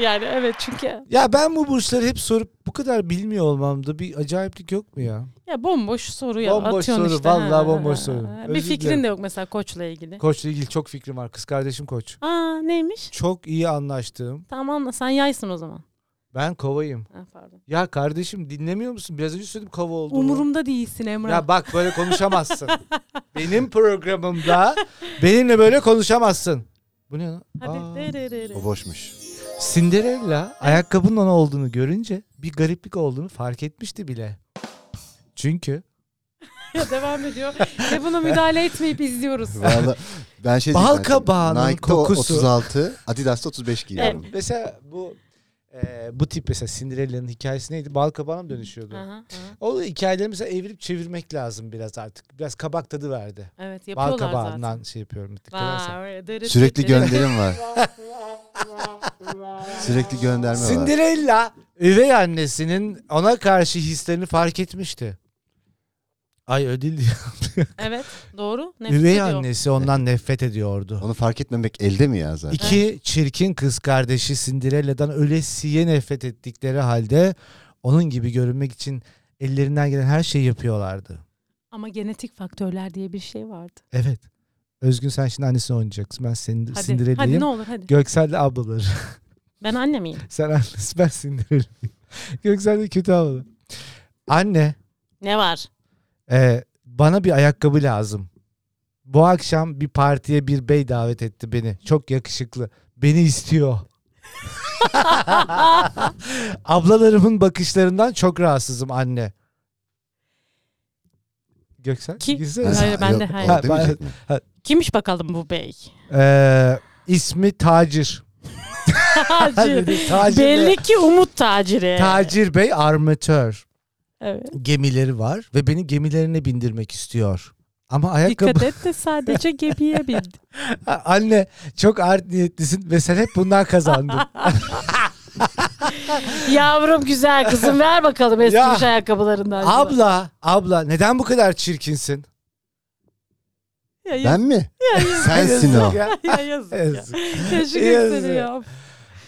Yani evet çünkü Ya ben bu burçları hep sorup bu kadar bilmiyor olmamda bir acayiplik yok mu ya? ya bomboş soru ya Bomboş atıyorsun soru, işte. vallahi bomboş soru. Bir Özür dilerim. fikrin de yok mesela koçla ilgili. Koçla ilgili çok fikrim var. Kız kardeşim koç. Aa neymiş? Çok iyi anlaştığım. Tamam da sen yaysın o zaman. Ben kovayım. Ha, pardon. Ya kardeşim dinlemiyor musun? Biraz önce söyledim kova olduğumu. Umurumda değilsin Emrah. Ya bak böyle konuşamazsın. benim programımda benimle böyle konuşamazsın. Bu ne lan? Hadi. Aa, dererere. O boşmuş. Cinderella ayakkabının ona olduğunu görünce bir gariplik olduğunu fark etmişti bile. Çünkü Devam ediyor. Ve buna müdahale etmeyip izliyoruz. Valla ben şey Bal diyeceğim. kabağının Nike'da o- kokusu. 36, Adidas'ta 35 giyiyorum. mesela bu e, bu tip mesela Cinderella'nın hikayesi neydi? Bal kabağına mı dönüşüyordu? Aha, aha. O hikayeleri mesela evirip çevirmek lazım biraz artık. Biraz kabak tadı verdi. Evet Bal yapıyorlar zaten. kabağından şey yapıyorum. Dikkat edersen. Vay, öyle dırı Sürekli dırı. gönderim var. Sürekli gönderme var. Cinderella üvey annesinin ona karşı hislerini fark etmişti. Ay ödül Evet doğru. Nefret üvey ediyor. annesi ondan nefret ediyordu. Onu fark etmemek elde mi ya zaten? İki çirkin kız kardeşi Cinderella'dan ölesiye nefret ettikleri halde onun gibi görünmek için ellerinden gelen her şeyi yapıyorlardı. Ama genetik faktörler diye bir şey vardı. Evet. Özgün sen şimdi annesini oynayacaksın. Ben senin Hadi hadi Cinderella'yım. ne olur hadi. Göksel de ablaları. Ben anne miyim? Sen annesi ben Cinderella. Göksel de kötü ablaları. Anne Ne var? Ee, bana bir ayakkabı lazım. Bu akşam bir partiye bir bey davet etti beni. Çok yakışıklı. Beni istiyor. Ah, Ablalarımın bakışlarından çok rahatsızım anne. Göksel? Kim? Girsene. Hayır, Ha, ben yok, de hayır. o Ha, ben- demeyecek mi? Kimmiş bakalım bu bey? Ee, ismi Tacir. Tacir. Tacir Belli Bey. ki Umut taciri. Tacir Bey armatör. Evet. Gemileri var ve beni gemilerine bindirmek istiyor. Ama ayakkabı... Dikkat et de sadece gebiye bildi. Ha, Anne çok art niyetlisin ve sen hep bundan kazandın. Yavrum güzel kızım ver bakalım eskimiş Ya. ayakkabılarından. abla, abla neden bu kadar çirkinsin? Ya, ya, Ben mi? ya, ya, Sensin o. Ya. ya yazık ya. Yazık. Ya şu Yazık. gökseli ya.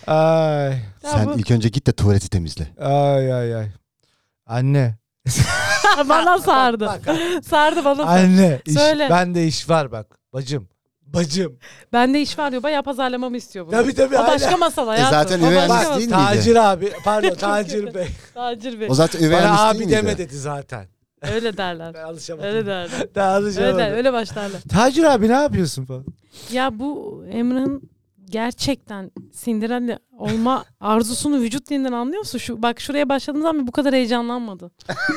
Ay, Ya Sen bu- ilk önce git de tuvaleti temizle. ay, ay, ay. Anne, bana sardı. sardı bana sardı. anne. Iş, Söyle. Bende iş var bak. Bacım, bacım. Bende iş var diyor. Bayağı pazarlamamı istiyor bunu. Tabii tabii. O hala. başka masal hayatım. zaten o üvey başka annesi Bak, masal. değil miydi? Tacir abi, pardon Tacir Bey. Tacir Bey. O zaten üvey Bana annesi abi değil miydi? deme dedi zaten. Öyle derler. Ben alışamadım. öyle derler. Daha Öyle, alışamadım. der, öyle başlarlar. Tacir abi ne yapıyorsun falan. Ya bu Emrah'ın gerçekten Cinderella olma arzusunu vücut dilinden anlıyor musun? Şu, bak şuraya başladığımız zaman bu kadar heyecanlanmadı.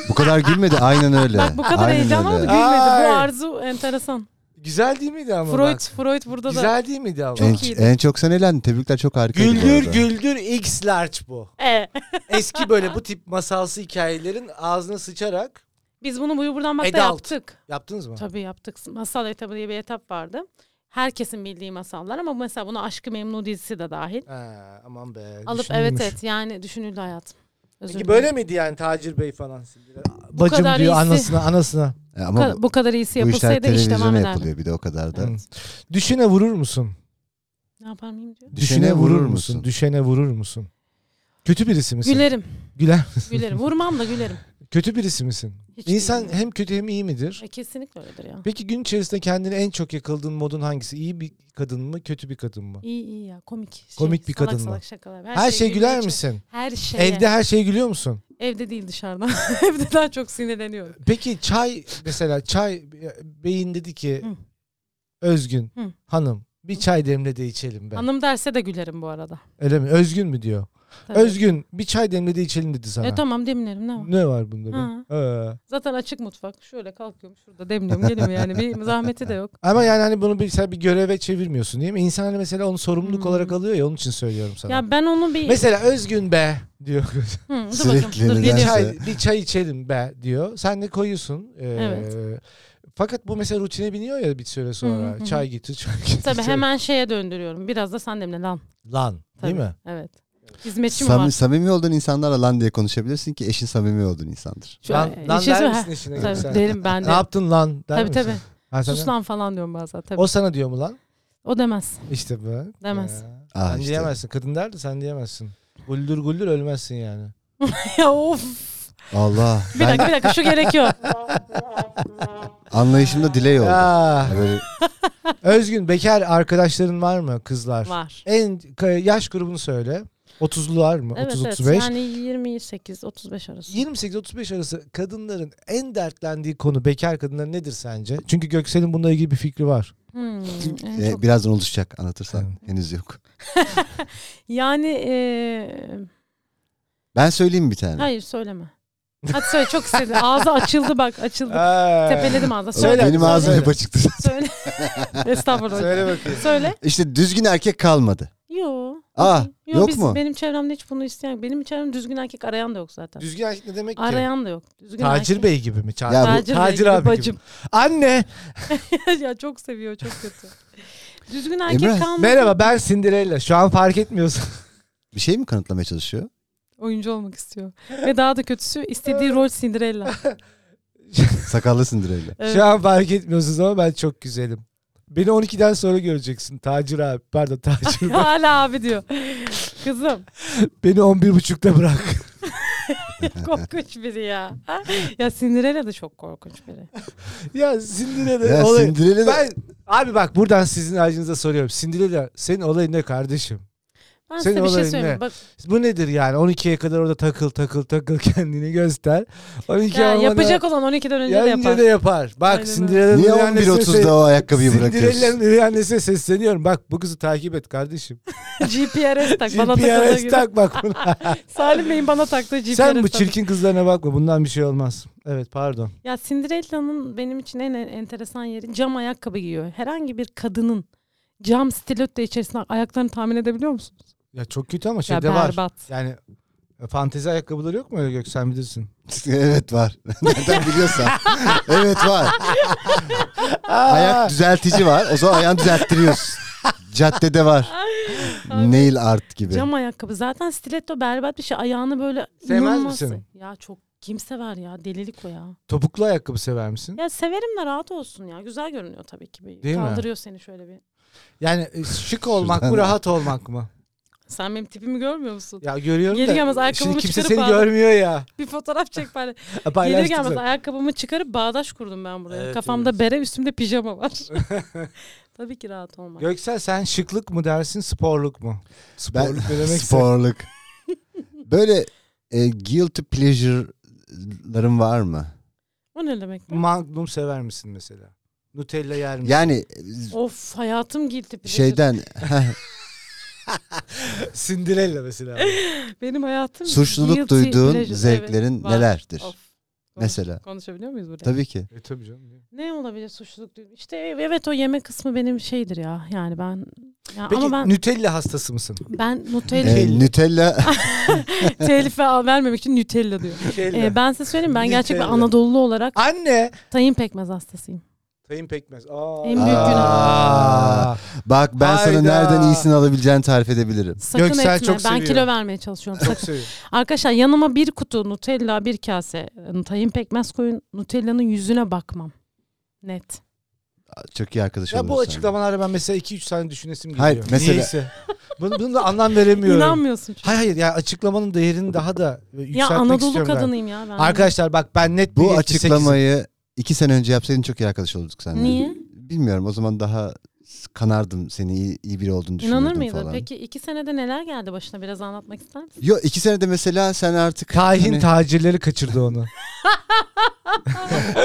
Bu kadar gülmedi aynen öyle. Bak bu kadar aynen heyecanlanmadı öyle. Gü- gülmedi. Ay. Bu arzu enteresan. Güzel değil miydi ama Freud, bak? Freud burada da. Güzel değil miydi ama? En, Çok iyiydi. en çok sen elendin. Tebrikler çok harikaydı. bu Güldür arada. güldür X large bu. E, Eski böyle bu tip masalsı hikayelerin ağzına sıçarak biz bunu Buyu Buradan Bak'ta Adult. yaptık. yaptınız mı? Tabii yaptık. Masal etabı diye bir etap vardı. Herkesin bildiği masallar ama mesela buna Aşkı Memnu dizisi de dahil. Ha, aman be. Alıp evet düşünülmüş. evet yani düşünüldü hayatım. Özür Peki dilerim. böyle miydi yani Tacir Bey falan? Bacım Bacım kadar diyor diyor iyisi. anasına anasına, anasına. E, bu, Ama ka- bu kadar iyisi bu işler yapılsaydı iş devam televizyona ederdi. yapılıyor bir de o kadar da. Düşüne vurur musun? Ne yapar mıyım diyor. Düşene vurur musun? Düşene vurur musun? Kötü birisi misin? Gülerim. Güler. Gülerim. Vurmam da gülerim. Kötü birisi misin? Hiç İnsan gülerim. hem kötü hem iyi midir? E, kesinlikle öyledir ya. Peki gün içerisinde kendine en çok yakıldığın modun hangisi? İyi bir kadın mı, kötü bir kadın mı? İyi iyi ya komik. Şey, Komik bir salak kadın mı? Salak şakalar. Her, şeye güldüğü güler için- misin? Her şey şeye. Evde her şeye gülüyor musun? Evde değil dışarıda. Evde daha çok sinirleniyorum. Peki çay mesela çay beyin dedi ki Hı. Özgün Hı. hanım bir çay demle de içelim be. Hanım derse de gülerim bu arada. Öyle mi? Özgün mü diyor? Tabii. Özgün bir çay demle de içelim dedi sana. E tamam demlerim ne var? Ne var bunda be? Ha. Ee. Zaten açık mutfak. Şöyle kalkıyorum şurada demliyorum geliyorum yani. Bir zahmeti de yok. Ama yani hani bunu bir, sen bir göreve çevirmiyorsun değil mi? İnsan hani mesela onu sorumluluk Hmm. olarak alıyor ya onun için söylüyorum sana. Ya ben onu bir... Mesela Özgün be diyor. Hı, dur Sürekli bakalım. Dur, bir nedense- geliyorum. çay bir çay içelim be diyor. Sen de koyuyorsun. Ee, Evet. Fakat bu mesela rutine biniyor ya bir süre sonra. Hı, hı. Çay getir, çay getir. Tabii çay- hemen şeye döndürüyorum. Biraz da sen demle lan. lan değil Tabii. mi? Evet. Hizmetçi mi Samimi- var? samimi olduğun insanlarla lan diye konuşabilirsin ki eşin samimi olduğun insandır. Şu- lan e, lan işe- der ha, misin eşine Tabii sen? derim ben Ne de. yaptın lan der Tabii misin? tabii. Ha, sen- Sus lan falan diyorum bazen tabii. O O, sana diyor mu lan? demez. İşte be. Demez. Ya. Ah sen işte. diyemezsin. Kadın der de sen diyemezsin. Guldür guldür ölmezsin yani. ya of. Allah. Bir Ben dakika bir dakika şu gerekiyor. anlayışımda delay oldu. Ah, Böyle Özgün bekar arkadaşların var mı kızlar? var. En ka- yaş grubunu söyle. 30'lular mı? Evet 30 evet 35. yani 28 35 arası. 28 35 arası kadınların en dertlendiği konu bekar kadınların nedir sence? Çünkü Göksel'in bununla ilgili bir fikri var. Hmm, en e, çok- birazdan oluşacak anlatırsan. Henüz yok. Yani e, eee, Ben söyleyeyim mi bir tane. hayır söyleme. Hadi söyle çok istedim. Ağzı açıldı bak açıldı. Ee, Tepeledim ağzı. Söyle, Söyle. Benim söyle. ağzım hep açıktı. Söyle. Estağfurullah. Söyle bakayım. Söyle. işte düzgün erkek kalmadı. Yo. Aa, Yo, yok biz- mu? Benim çevremde hiç bunu isteyen Benim çevremde düzgün erkek arayan da yok zaten. Düzgün erkek ne demek ki? Arayan da yok. Düzgün Tacir erkek. Bey gibi mi? Çağ- Ya bu- Tacir, Bey Tacir gibi abi bacım. Anne ya çok seviyor çok kötü. Düzgün erkek Emrah. kalmadı. merhaba ben Cinderella. Şu an fark etmiyorsun. Bir şey mi kanıtlamaya çalışıyor? Oyuncu olmak istiyor. Ve daha da kötüsü istediği rol Cinderella. Sakallısın direyle. Evet. Şu an fark etmiyorsunuz ama ben çok güzelim. Beni 12'den sonra göreceksin Tacir abi. Pardon Tacir Bey. Hala abi diyor. Kızım Beni 11.30'da bırak. korkunç biri ya. ya Cinderella da çok korkunç biri. ya Cinderella Ya olayı. sindireli de Ben, abi bak buradan sizin acınıza soruyorum. Cinderella senin olayın ne kardeşim? Ben Senin size bir şey olayın söyleyeyim. ne? Bak, Bu nedir yani? 12'ye kadar orada takıl takıl takıl kendini göster. 12 ya, olmadan- yapacak olan 12'den önce Ya de önce yapar. de yapar. Bak Aynen öyle. Cinderella'nın niye üvey annesine se- 11.30'da o ayakkabıyı bırakıyorsun? Cinderella'nın üvey annesine sesleniyorum. Bak bu kızı takip et kardeşim. GPRS tak. Bana takıldığı GPRS gibi. tak bak buna. Salim Bey'in bana taktığı GPRS Sen bu tak. çirkin kızlarına bakma. Bundan bir şey olmaz. Evet pardon. Ya Cinderella'nın benim için en en- enteresan yeri cam ayakkabı giyiyor. Herhangi bir kadının cam stiletto içerisinde ayaklarını tahmin edebiliyor musunuz? Ya çok kötü ama Ya şeyde var. berbat. Yani e, fantezi ayakkabıları yok mu öyle Göksen bilirsin. evet var. Nereden biliyorsan. evet var. Ayak düzeltici var. O zaman ayağını düzelttiriyorsun. Caddede var. Nail art gibi. Cam ayakkabı. Zaten stiletto berbat bir şey. Ayağını böyle Sevmez inanılmaz- misin? Ya çok kim sever ya? Delilik o ya. Topuklu ayakkabı sever misin? Ya severim de rahat olsun ya. Güzel görünüyor tabii ki. Bir Değil mi? Kaldırıyor seni şöyle bir. Yani e, şık olmak mı Şuradan- rahat olmak mı? Sen benim tipimi görmüyor musun? Ya görüyorum Gelir da gelmez ayakkabımı şimdi kimse çıkarıp seni aldım. görmüyor ya. Bir fotoğraf çek bari. E, Gelir paylaştım gelmez zaten. ayakkabımı çıkarıp bağdaş kurdum ben buraya. Evet, Kafamda bere üstümde pijama var. tabii ki rahat olmak. Göksel sen şıklık mı dersin sporluk mu? Sporluk ne ben demekse. sporluk. Böyle e, guilty pleasure'larım var mı? O O ne demek? Hmm. lan? Magnum sever misin mesela? Nutella yer misin? Yani e, of hayatım guilty pleasure. şeyden Cinderella mesela. Benim hayatım suçluluk guilty duyduğun pleasure. zevklerin var. nelerdir? Of. Mesela. Konuşabiliyor muyuz burada? Tabii ki. e tabii canım. Ne olabilir suçluluk duyduğum? İşte evet o yemek kısmı benim şeydir ya. Yani ben ya Peki ama ben Nutella hastası mısın? ben Nutella. Nutella Ee, Nutella telif al- vermemek için Nutella diyor. Ee, ben size söyleyeyim ben gerçekten Nutella. Anadolu'lu olarak E, Anne. tayin pekmez hastasıyım. Sayın Pekmez. Aa. En büyük günah. Aa. bak ben sana Hayda. nereden iyisini alabileceğini tarif edebilirim. Sakın Göksel etme. çok ben seviyor. kilo vermeye çalışıyorum. Çok Sakın. seviyorum. Arkadaşlar yanıma bir kutu Nutella, bir kase tayin pekmez koyun. Nutella'nın yüzüne bakmam. Net. Çok iyi arkadaş Ya bu oluruz seninle. açıklamalara ben mesela 2-3 tane düşünesim geliyor. Hayır, mesela- Niyeyse. Bunu, bunu da anlam veremiyorum. İnanmıyorsun çünkü. Hayır hayır ya açıklamanın değerini daha da e, yükseltmek ya istiyorum. Anadolu ben. kadınıyım ya ben. Arkadaşlar bak ben net bir Bu yetki sekizim. açıklamayı iki sene önce yapsaydın çok iyi arkadaş olurduk seninle. Niye? Bilmiyorum o zaman daha kanardım seni iyi, iyi biri olduğunu düşünürdüm İnanır mıydın? falan. Peki iki senede neler geldi başına biraz anlatmak ister misin? Yo iki senede mesela sen artık Kahin hani tacirleri kaçırdı onu.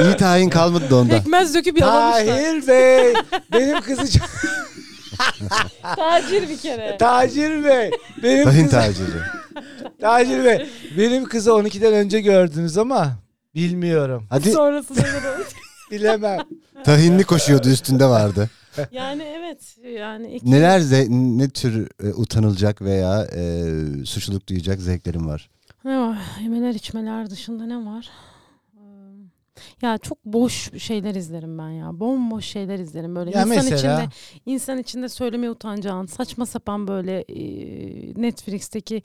iyi tahin kalmadı da onda. Pekmez döküp yalamışlar. Tahir Bey. Benim kızı Tacir bir kere. Tacir Bey. Benim Tahin kızı taciri. Tacir Bey. Benim kızı 12'den önce gördünüz ama bilmiyorum. Hadi Sonrasında da Bilemem. tahinli koşuyordu üstünde vardı. Yani evet. Yani iki... Neler ze- ne tür e, utanılacak veya e, suçluluk duyacak zevklerim var. Ne var? Yemeler içmeler dışında ne var? Ee, Ya çok boş şeyler izlerim ben ya. Bomboş şeyler izlerim böyle. Ya insan mesela- içinde insan içinde söylemeye utanacağın saçma sapan böyle e, Netflix'teki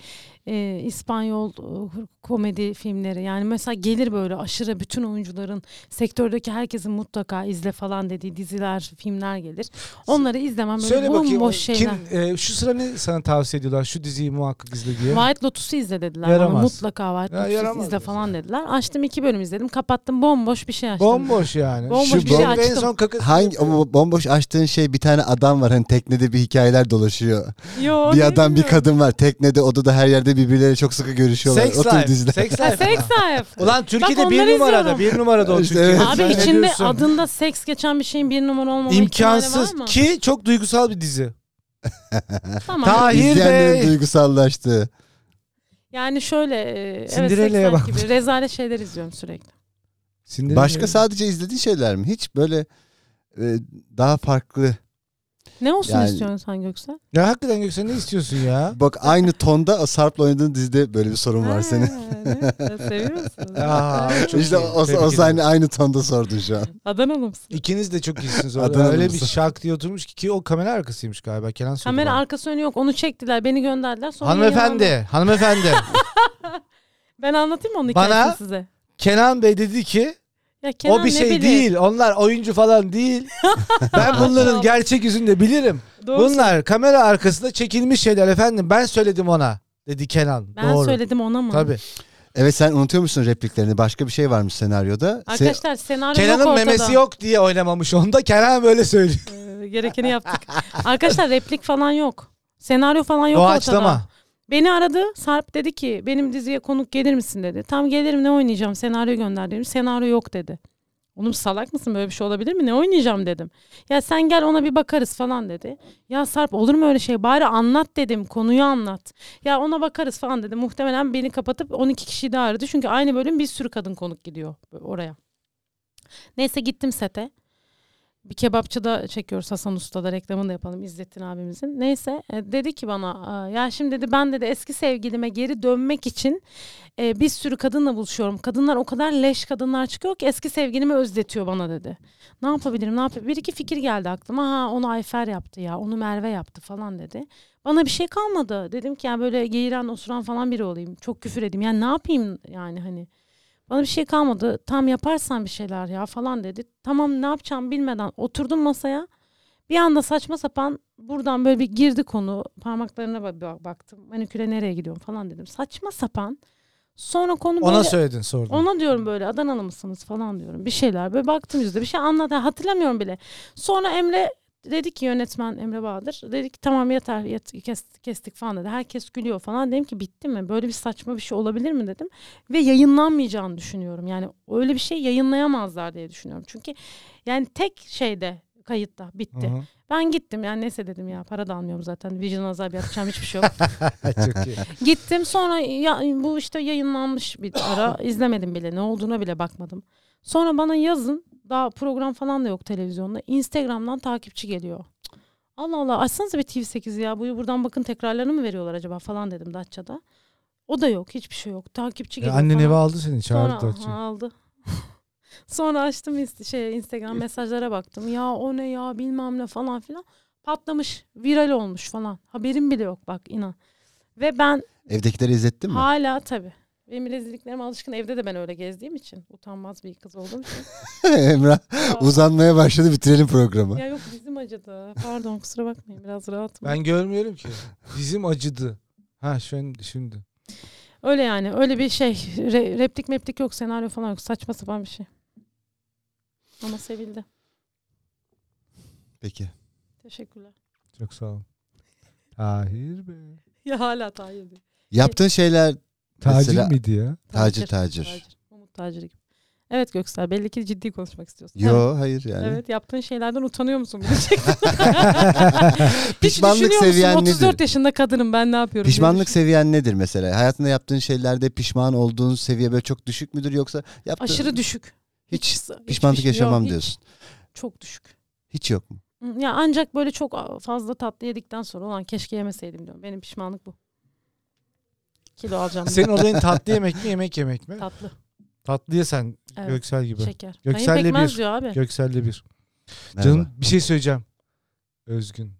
e, İspanyol e, komedi filmleri. Yani mesela gelir böyle aşırı bütün oyuncuların sektördeki herkesin mutlaka izle falan dediği diziler, filmler gelir. Onları izlemem böyle Söyle bomboş bakayım. o- şeyler. Kim, e, şu sıra ne sana tavsiye ediyorlar? Şu diziyi muhakkak izle diye. White Lotus'u izle dediler bana. Yaramaz. Mutlaka White Ya, Lotus'u yaramaz izle mesela. falan dediler. Açtım iki bölüm izledim. Kapattım bomboş bir şey açtım. Bomboş yani. Bomboş Şu bir şey bomba En açtım. son kakası. Hangi o bomboş açtığın şey bir tane adam var hani teknede bir hikayeler dolaşıyor. Yo, bir ne adam bir bilmiyorum. kadın var teknede odada her yerde birbirleriyle çok sıkı görüşüyorlar. Sex o tür Life. diziler. Sex Ha, Life. Sex Life. Ulan Türkiye'de Bak bir onları numarada. izliyorum. Bir numarada o İşte Türkiye. evet. Sen Abi ne içinde diyorsun? adında seks geçen bir şeyin bir numara olmama imkansız ihtimali var mı? ki çok duygusal bir dizi. Tamam. Tahir İzleyenlerin Bey. duygusallaştığı. yani şöyle e, evet, Cinderella'ya 80 bak. gibi rezalet şeyler izliyorum sürekli. Sinirli. Başka sadece izlediğin şeyler mi? Hiç böyle e, daha farklı. Ne olsun Yani- istiyorsun sen Göksel? Ya hakikaten Göksel ne istiyorsun ya? Bak aynı tonda o Sarp'la oynadığın dizide böyle bir sorun var Ha, senin. evet, Seviyor musun? Aa, çok işte iyi. o, Tebrik o ederim. sahne aynı tonda sordun şu an. Adanalı mısın? İkiniz de çok iyisiniz orada. Adana Öyle bir mısı? şak diye oturmuş ki, ki o kamera arkasıymış galiba. Kenan Sözyman. Kamera arkası önü yok. Onu çektiler. Beni gönderdiler. Sonra Hanımefendi, yayınlandı. hanımefendi. Ben anlatayım mı onun Bana- hikayesini size? Kenan Bey dedi ki Ya Kenan o bir ne şey bilir? değil. Onlar oyuncu falan değil. ben bunların gerçek yüzünü de bilirim. Doğru Bunlar kamera arkasında çekilmiş şeyler efendim. Ben söyledim ona dedi Kenan. Ben Doğru. söyledim ona mı? Tabii. Evet sen unutuyor musun repliklerini? Başka bir şey varmış senaryoda. Se- Arkadaşlar senaryo yok Kenan'ın ortada. memesi yok diye oynamamış onda. Kenan böyle söylüyor. Ee, gerekeni yaptık. Arkadaşlar replik falan yok. Senaryo falan yok ortada. Doğaçlama. Beni aradı. Sarp dedi ki benim diziye konuk gelir misin dedi. Tam gelirim ne oynayacağım senaryo gönder dedim. Senaryo yok dedi. Oğlum salak mısın böyle bir şey olabilir mi? Ne oynayacağım dedim. Ya sen gel ona bir bakarız falan dedi. Ya Sarp olur mu öyle şey? Bari anlat dedim. Konuyu anlat. Ya ona bakarız falan dedi. Muhtemelen beni kapatıp 12 kişiyi de aradı. Çünkü aynı bölüm bir sürü kadın konuk gidiyor oraya. Neyse gittim sete. Bir kebapçıda çekiyoruz Hasan Usta'da reklamını da yapalım İzzettin abimizin. Neyse e, dedi ki bana "Aa, ya şimdi dedi ben dedi eski sevgilime geri dönmek için e, bir sürü kadınla buluşuyorum. Kadınlar o kadar leş kadınlar çıkıyor ki eski sevgilimi özletiyor bana dedi. Ne yapabilirim ne yapabilirim? Bir iki fikir geldi aklıma. Ha onu Ayfer yaptı ya onu Merve yaptı falan dedi. Bana bir şey kalmadı. Dedim ki ya böyle geğiren osuran falan biri olayım. Çok küfür edeyim. Yani ne yapayım yani hani. Bana bir şey kalmadı. Tam yaparsan bir şeyler ya falan dedi. Tamam ne yapacağım bilmeden oturdum masaya. Bir anda saçma sapan buradan böyle bir girdi konu. Parmaklarına ba- ba- baktım. Maniküre nereye gidiyorum falan dedim. Saçma sapan. Sonra konu böyle... Ona söyledin sordun. Ona diyorum böyle Adanalı mısınız falan diyorum. Bir şeyler böyle baktım yüzde bir şey anladı hatırlamıyorum bile. Sonra Emre Dedi ki yönetmen Emre Bahadır. Dedi ki tamam yeter yet, kes- kestik falan dedi. Herkes gülüyor falan. Dedim ki bitti mi? Böyle bir saçma bir şey olabilir mi dedim. Ve yayınlanmayacağını düşünüyorum. Yani öyle bir şey yayınlayamazlar diye düşünüyorum. Çünkü yani tek şeyde kayıtta bitti. Hı hı. Ben gittim yani neyse dedim ya para da almıyorum zaten. Vicdan azabı yapacağım hiçbir şey yok. Çok iyi. Gittim sonra ya, bu işte yayınlanmış bir ara izlemedim bile ne olduğuna bile bakmadım. Sonra bana yazın daha program falan da yok televizyonda. Instagram'dan takipçi geliyor. Cık, Allah Allah açsanıza bir TV8 ya bu buradan bakın tekrarlarını mı veriyorlar acaba falan dedim Datça'da. O da yok hiçbir şey yok takipçi Ya geliyor E, annen falan. eve aldı seni Sonra çağırdı Datça. aha, aldı. Sonra açtım inst- şey E. Instagram mesajlara baktım. Ya o ne ya bilmem ne falan filan. Patlamış, viral olmuş falan. Haberim bile yok bak inan. Ve ben Evdekileri izlettin mi? Hala tabii. Benim rezilliklerime alışkın evde de ben öyle gezdiğim için. Utanmaz bir kız olduğum için. Emrah Aa, uzanmaya başladı bitirelim programı. ya yok bizim acıdı. Pardon kusura bakmayın biraz rahatım. Ben görmüyorum ki. Dizim acıdı. Ha şimdi şimdi. Öyle yani öyle bir şey. Re- replik meplik yok senaryo falan yok. Saçma sapan bir şey. Ama sevildi. Peki. Teşekkürler. Çok sağ ol. Tahir Bey. Ya hala Tahir diyor. Yaptığın şeyler Tacir Mesela- miydi ya? Tacir, tacir. Umut Tacir gibi. Evet Göksel belli ki ciddi konuşmak istiyorsun. Evet. yo hayır yani. Evet yaptığın şeylerden utanıyor musun gerçekten? Hiç Pişmanlık düşünüyor musun? seviyen 34 nedir? yaşında kadınım ben ne yapıyorum? diye Pişmanlık seviyen nedir mesela? Hayatında yaptığın şeylerde pişman olduğun seviye böyle çok düşük müdür yoksa yaptığın Aşırı düşük. Hiç hiçbir pişmanlık şey- yaşamam yok, hiç. diyorsun. Çok düşük. Hiç yok mu? Hı, Ya ancak böyle çok fazla tatlı yedikten sonra olan keşke yemeseydim diyorum. Benim pişmanlık bu. Kilo alacağım diye. Senin olayın tatlı yemek mi yemek yemek mi? tatlı. Tatlıya sen Evet. Göksel gibi. Şeker. Göksel'le Kayın pekmez bir. diyor abi. Göksel'de bir. Merhaba. Canım bir şey söyleyeceğim. Özgün.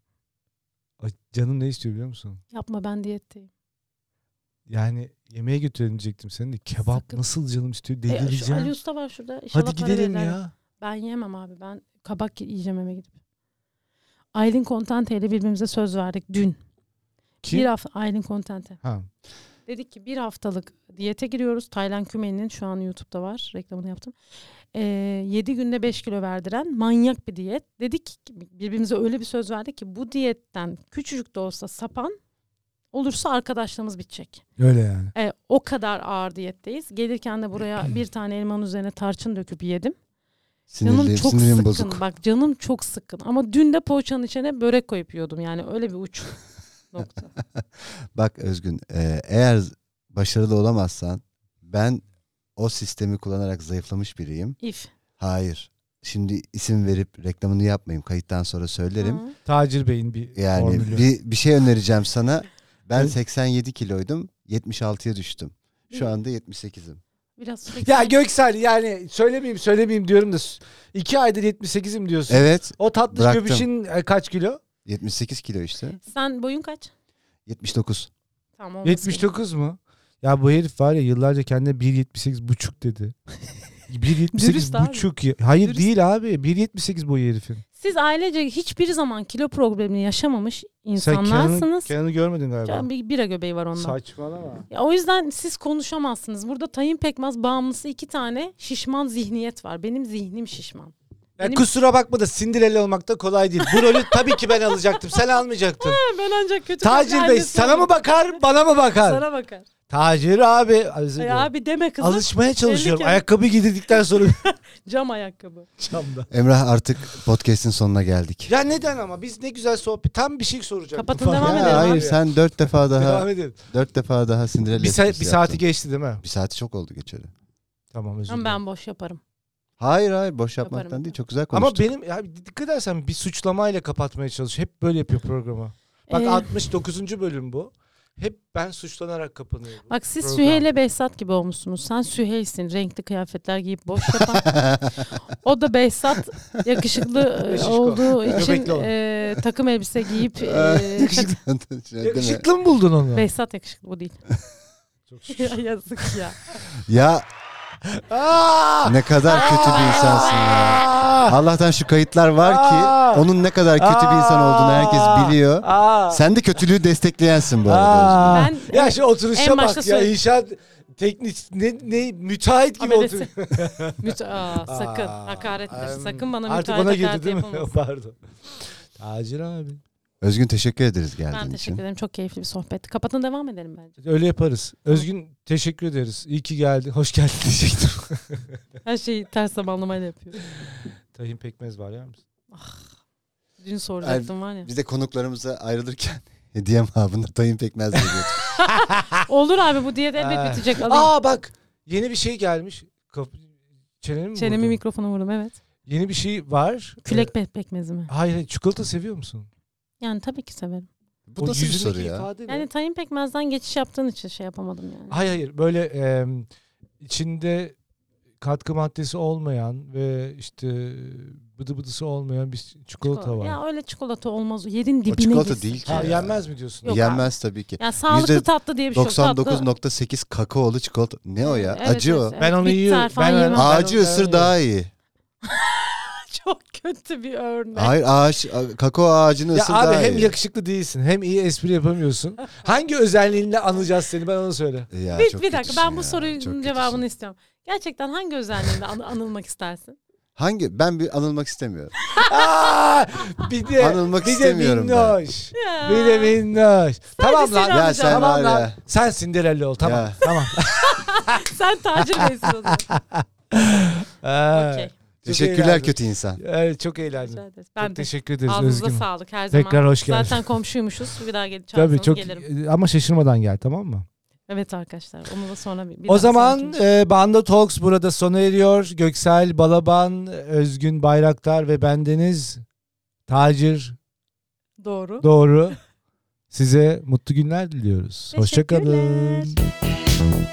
Ay, Canım ne istiyor biliyor musun? Yapma ben diyetteyim. Yani yemeğe götürelim diyecektim seni de kebap Sakın. nasıl canım istiyor E, şu Ali delireceğim. Usta var şurada. İnşallah Hadi para gidelim verirler. ya. Ben yemem abi. Ben kabak yiyeceğim eve gidip. Aylin Kontante ile birbirimize söz verdik dün. Kim? Bir hafta Aylin Kontante. Ha. Dedik ki bir haftalık diyete giriyoruz. Taylan Kümeli'nin şu an YouTube'da var. Reklamını yaptım. Ee, 7 günde 5 kilo verdiren manyak bir diyet. Dedik ki birbirimize öyle bir söz verdik ki bu diyetten küçücük de olsa sapan olursa arkadaşlığımız bitecek. Öyle yani. Ee, o kadar ağır diyetteyiz. Gelirken de buraya bir tane elmanın üzerine tarçın döküp yedim. Sinirli, canım çok sinirim sıkkın. bozuk. Bak canım çok sıkkın. Ama dün de poğaçanın içine börek koyup yiyordum. Yani öyle bir uç nokta. Bak Özgün e, eğer başarılı olamazsan ben o sistemi kullanarak zayıflamış biriyim. If. Hayır. Şimdi isim verip reklamını yapmayayım. Kayıttan sonra söylerim. Hı. Tacir Bey'in bir Yani formülü. bir, bir şey önereceğim sana. Ben Evet. 87 kiloydum. 76'ya düştüm. Şu anda 78'im. Biraz sürekli Ya Göksel yani söylemeyeyim söylemeyeyim diyorum da s- iki aydır 78'im diyorsun. Evet. O tatlı Bıraktım. göbüşün e, kaç kilo? 78 kilo işte. Sen boyun kaç? 79. Tamam. olması gerekiyor. 79 mu? Ya bu herif var ya yıllarca kendine 1.78 buçuk dedi. 1.78 abi. buçuk. ya- Hayır Dürüst. değil abi. 1.78 boyu herifin. Siz ailece hiçbir zaman kilo problemini yaşamamış Sen Kenan'ı, insanlarsınız. Kenan'ı görmedin Ya galiba. Bir bira göbeği var ondan. Saçmalama. Ya o yüzden siz konuşamazsınız. Burada tayin pekmez bağımlısı iki tane şişman zihniyet var. Benim zihnim şişman. Ya Benim- kusura bakma da Cinderella olmak da kolay değil. Bu rolü tabii ki ben alacaktım. Sen almayacaktın. Ben ancak kötü Tacir Bey sana mı bakar, bana mı bakar? Sana bakar. Tacir abi. özür Ay dilerim. abi deme kızım. Alışmaya çalışıyorum. Belli ki- Ayakkabı giydirdikten sonra Cam ayakkabı. camda. Emrah artık podcast'in sonuna geldik. Ya neden ama? Biz ne güzel sohbet. Tam bir şey soracaktım. Kapatın, Falan. devam Ya edelim abi. hayır sen dört defa Devam daha edelim. dört defa daha Cinderella Bir, sa- bir esprisi saati yaptın. geçti değil mi? bir saati çok oldu geçeli. Tamam özür Ama dilerim. ben boş yaparım. Hayır hayır boş Yaparım, yapmaktan yaparım. değil çok güzel Ama konuştuk. benim ya bir dikkat edersen bir suçlamayla kapatmaya çalışıyor. Hep böyle yapıyor programı. Bak Ee, 69. bölüm bu. Hep ben suçlanarak kapanıyor. bu Bak siz program. Süheyl'le Behzat gibi olmuşsunuz. Sen Süheyl'sin. Renkli kıyafetler giyip boş yapan. o da Behzat yakışıklı e, Şişko. olduğu için Göbekli olan. e, takım elbise giyip e, tak- Yakışıklı. Yakışıklı mı buldun onu? Behzat yakışıklı bu değil. Çok Ya Yazık ya. ya Aa! ne kadar kötü bir insansın ya. Aa! Allah'tan şu kayıtlar var Aa! ki onun ne kadar kötü bir insan olduğunu herkes biliyor. Aa! Sen de kötülüğü destekleyensin bu arada. Aa! Ben, ya e, şu oturuşa en başta bak ya söyle- inşaat teknik ne, ne müteahhit gibi Abelesi. oturuyor. Müt- Aa, sakın. Aa, Hakarettir. em, Sakın bana Artık müteahhit ona hakaret girdi değil mi? yapamazsın. Pardon. Acil abi. Özgün teşekkür ederiz Ben geldiğin teşekkür için. ederim. Çok keyifli bir sohbetti. Kapatın devam edelim bence. Öyle yaparız. Özgün teşekkür ederiz. İyi ki geldin. Hoş geldin diyecektim. Her şeyi ters zamanlamayla yapıyorum. Tahin pekmez var ya mısın? Dün soracaktım var ya. Biz de konuklarımıza ayrılırken hediye mabında tayin pekmez veriyoruz. Olur abi bu diye de Ha. elbet bitecek. Alayım. Aa bak yeni bir şey gelmiş. Kap- Çeneni mi Çenemi vurdun? mikrofona vurdum evet. Yeni bir şey var. Külek Ee, pe- pekmezi mi? hayır hayır. çikolata seviyor musun? Yani tabii ki severim. Bu nasıl bir yüzündeki soru ya? ifade ne? Yani tayin pekmezden geçiş yaptığın için şey yapamadım yani. Hayır hayır böyle e, içinde katkı maddesi olmayan ve işte bıdı bıdısı olmayan bir çikolata, Çikolata. var. Ya öyle çikolata olmaz. Yerin dibine O çikolata girsin. değil ki. ha, ya. yenmez mi diyorsun? Yok. Yenmez tabii ki. Yani sağlıklı Yüzde tatlı diye bir şey yok. Tatlı- 99.8 kakaolu çikolata. Ne o ya? Evet, Acı evet, o. evet. Ben onu Bitter yiyorum. falan Ben- yemem. Aa. Ağacı ısır daha iyi. Çok kötü bir örnek. Hayır ağaç a- kakao ağacını Ya ısır abi daha hem iyi. yakışıklı değilsin hem iyi espri yapamıyorsun. Hangi özelliğinle anacağız seni ben onu söyle. E, Ya, bir, çok bir dakika kötüsün ben bu ya, sorunun çok cevabını kötüsün. istiyorum. Gerçekten hangi özelliğinde an- anılmak istersin? Hangi? Ben bir anılmak istemiyorum. Aa, bir de Anılmak bir de istemiyorum ben. minnoş. Ya. Bir de minnoş. Tamam lan. seni Ya sen tamam var lan. ya. Sen Cinderella ol. Tamam. Ya. Tamam. Sen tacir beysin o zaman. Ee, Okey. Teşekkürler eğlendim. kötü insan. evet, çok eğlendim. Rica ederiz. Ben çok de. teşekkür ederiz Ağzınıza Özgün. sağlık her zaman. Tekrar hoş geldin. Zaten komşuymuşuz. Bir daha gelip Tabii çağırsanız çok gelirim. ama şaşırmadan gel tamam mı? Evet arkadaşlar onu da sonra bir, bir o daha zaman sonra- e, Banda Talks burada sona eriyor. Göksel Balaban, Özgün Bayraktar ve bendeniz Tacir Doğru. Doğru. Size mutlu günler diliyoruz. Teşekkürler. Hoşçakalın.